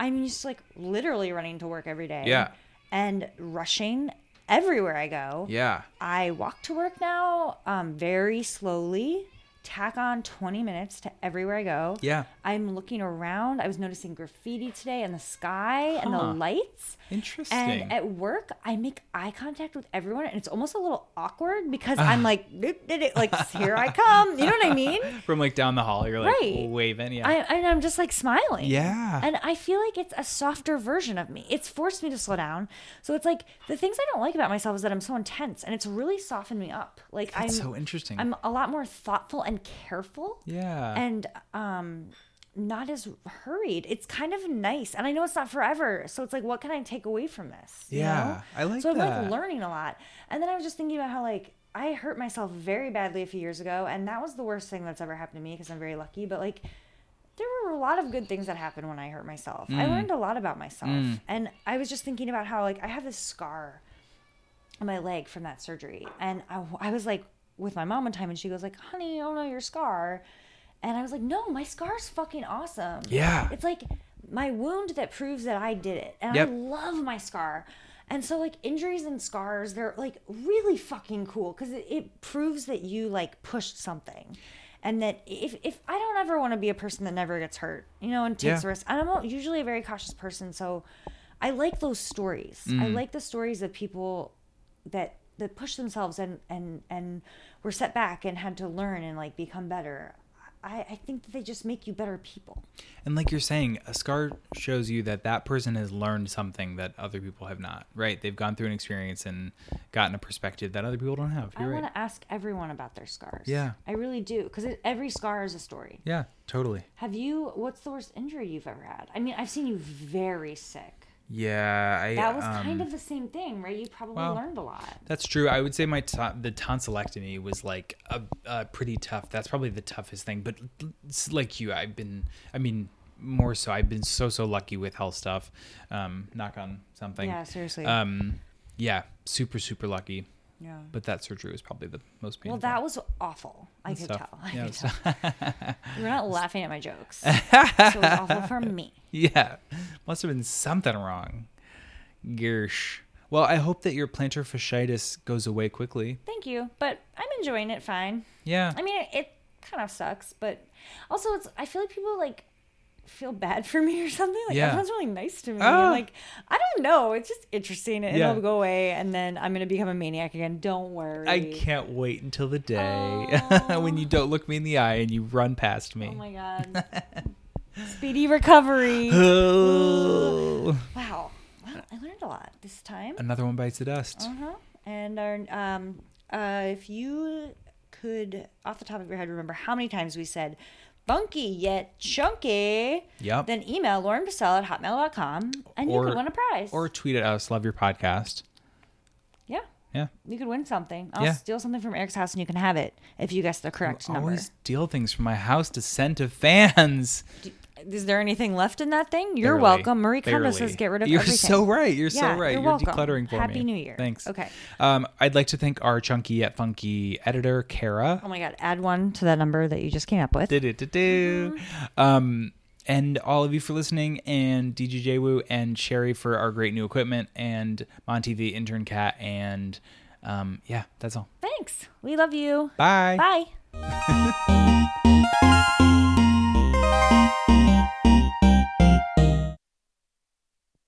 S2: I'm used to like literally running to work every day
S1: Yeah.
S2: and rushing everywhere I go.
S1: Yeah.
S2: I walk to work now um, very slowly, tack on 20 minutes to everywhere I go.
S1: Yeah.
S2: I'm looking around. I was noticing graffiti today and the sky and the
S1: Huh.
S2: lights.
S1: Interesting.
S2: And at work, I make eye contact with everyone, and it's almost a little awkward because
S1: Ah.
S2: I'm like, "Dip, dip, dip," like here I come. You know what I mean?
S1: From like down the hall, you're like
S2: Right.
S1: waving. Yeah.
S2: I, and I'm just like smiling.
S1: Yeah.
S2: And I feel like it's a softer version of me. It's forced me to slow down. So it's like the things I don't like about myself is that I'm so intense and it's really softened me up. Like
S1: That's
S2: I'm
S1: so interesting.
S2: I'm a lot more thoughtful and careful.
S1: Yeah.
S2: And um not as hurried. It's kind of nice. And I know it's not forever. So it's like what can I take away from this? you
S1: Yeah,
S2: know?
S1: I like
S2: So I'm
S1: that.
S2: like learning a lot. And then I was just thinking about how like I hurt myself very badly a few years ago, and that was the worst thing that's ever happened to me because I'm very lucky. But like, there were a lot of good things that happened when I hurt myself. I
S1: Mm.
S2: learned a lot about myself.
S1: Mm.
S2: And I was just thinking about how, like, I have this scar on my leg from that surgery. And I, I was like with my mom one time, and she goes, like, honey, oh no, your scar. And I was like, no, my scar's fucking awesome.
S1: Yeah.
S2: It's like my wound that proves that I did it. And
S1: Yep.
S2: I love my scar. And so, like, injuries and scars, they're like really fucking cool because it, it proves that you like pushed something. And that if, if I don't ever want to be a person that never gets hurt, you know, and takes
S1: Yeah.
S2: risks, and I'm usually a very cautious person. So I like those stories. I
S1: Mm.
S2: like the stories of people that that push themselves and and and were set back and had to learn and like become better. I, I think that they just make you better people.
S1: And like you're saying, a scar shows you that that person has learned something that other people have not. Right? They've gone through an experience and gotten a perspective that other people don't have.
S2: I
S1: You're right.
S2: want to ask everyone about their scars.
S1: Yeah.
S2: I really do because every scar is a story.
S1: Yeah. Totally.
S2: Have you? What's the worst injury you've ever had? I mean, I've seen you very sick.
S1: Yeah. I,
S2: that was
S1: um,
S2: kind of the same thing, right? You probably
S1: well,
S2: learned a lot.
S1: That's true. I would say my to- the tonsillectomy was like a, a pretty tough. That's probably the toughest thing. But it's like you, I've been. I mean, more so. I've been so so lucky with health stuff. Um, knock on something.
S2: Yeah, seriously.
S1: Um, yeah, super super lucky.
S2: Yeah.
S1: But that surgery was probably the most
S2: Well,
S1: painful.
S2: that was awful. I
S1: That's
S2: could
S1: tough.
S2: tell. I
S1: Yeah,
S2: could
S1: it's
S2: tell.
S1: tough.
S2: you were not laughing at my jokes. so it was awful for me.
S1: Yeah. Must have been something wrong. Gersh. Well, I hope that your plantar fasciitis goes away quickly.
S2: Thank you, but I'm enjoying it fine.
S1: Yeah.
S2: I mean, it, it kind of sucks, but also it's. I feel like people like feel bad for me or something. Like
S1: Yeah.
S2: everyone's really nice to me.
S1: Ah.
S2: And, like I don't know. It's just interesting. and
S1: Yeah.
S2: It'll go away, and then I'm gonna become a maniac again. Don't worry.
S1: I can't wait until the day when you don't look me in the eye and you run past me.
S2: Oh my god. Speedy recovery.
S1: Oh.
S2: Wow. Wow. I learned a lot this time.
S1: Another one bites the dust.
S2: Uh-huh. And our, um, uh, if you could, off the top of your head, remember how many times we said bunky yet chunky,
S1: Yep.
S2: then email Lauren Purcell at hotmail.com and you could win a prize.
S1: Or tweet at us, love your podcast.
S2: yeah.
S1: Yeah.
S2: You could win something. I'll
S1: Yeah.
S2: steal something from Eric's house and you can have it if you guess the correct number.
S1: Always deal things from my house to send to fans.
S2: Is there anything left in that thing? You're
S1: Barely.
S2: welcome. Marie Kondo
S1: Barely.
S2: says get rid of
S1: You're
S2: everything.
S1: so right. You're so
S2: Yeah,
S1: right. You're,
S2: welcome.
S1: decluttering for me.
S2: Happy New Year.
S1: Thanks.
S2: Okay.
S1: Um, I'd like to thank our chunky yet funky editor, Kara.
S2: Oh my God. Add one to that number that you just came up with.
S1: Do-do-do-do. Um, and all of you for listening, and DJ Jwu and Sherry for our great new equipment, and Monty the intern cat, and um, yeah, that's all.
S2: Thanks. We love you.
S1: Bye.
S2: Bye.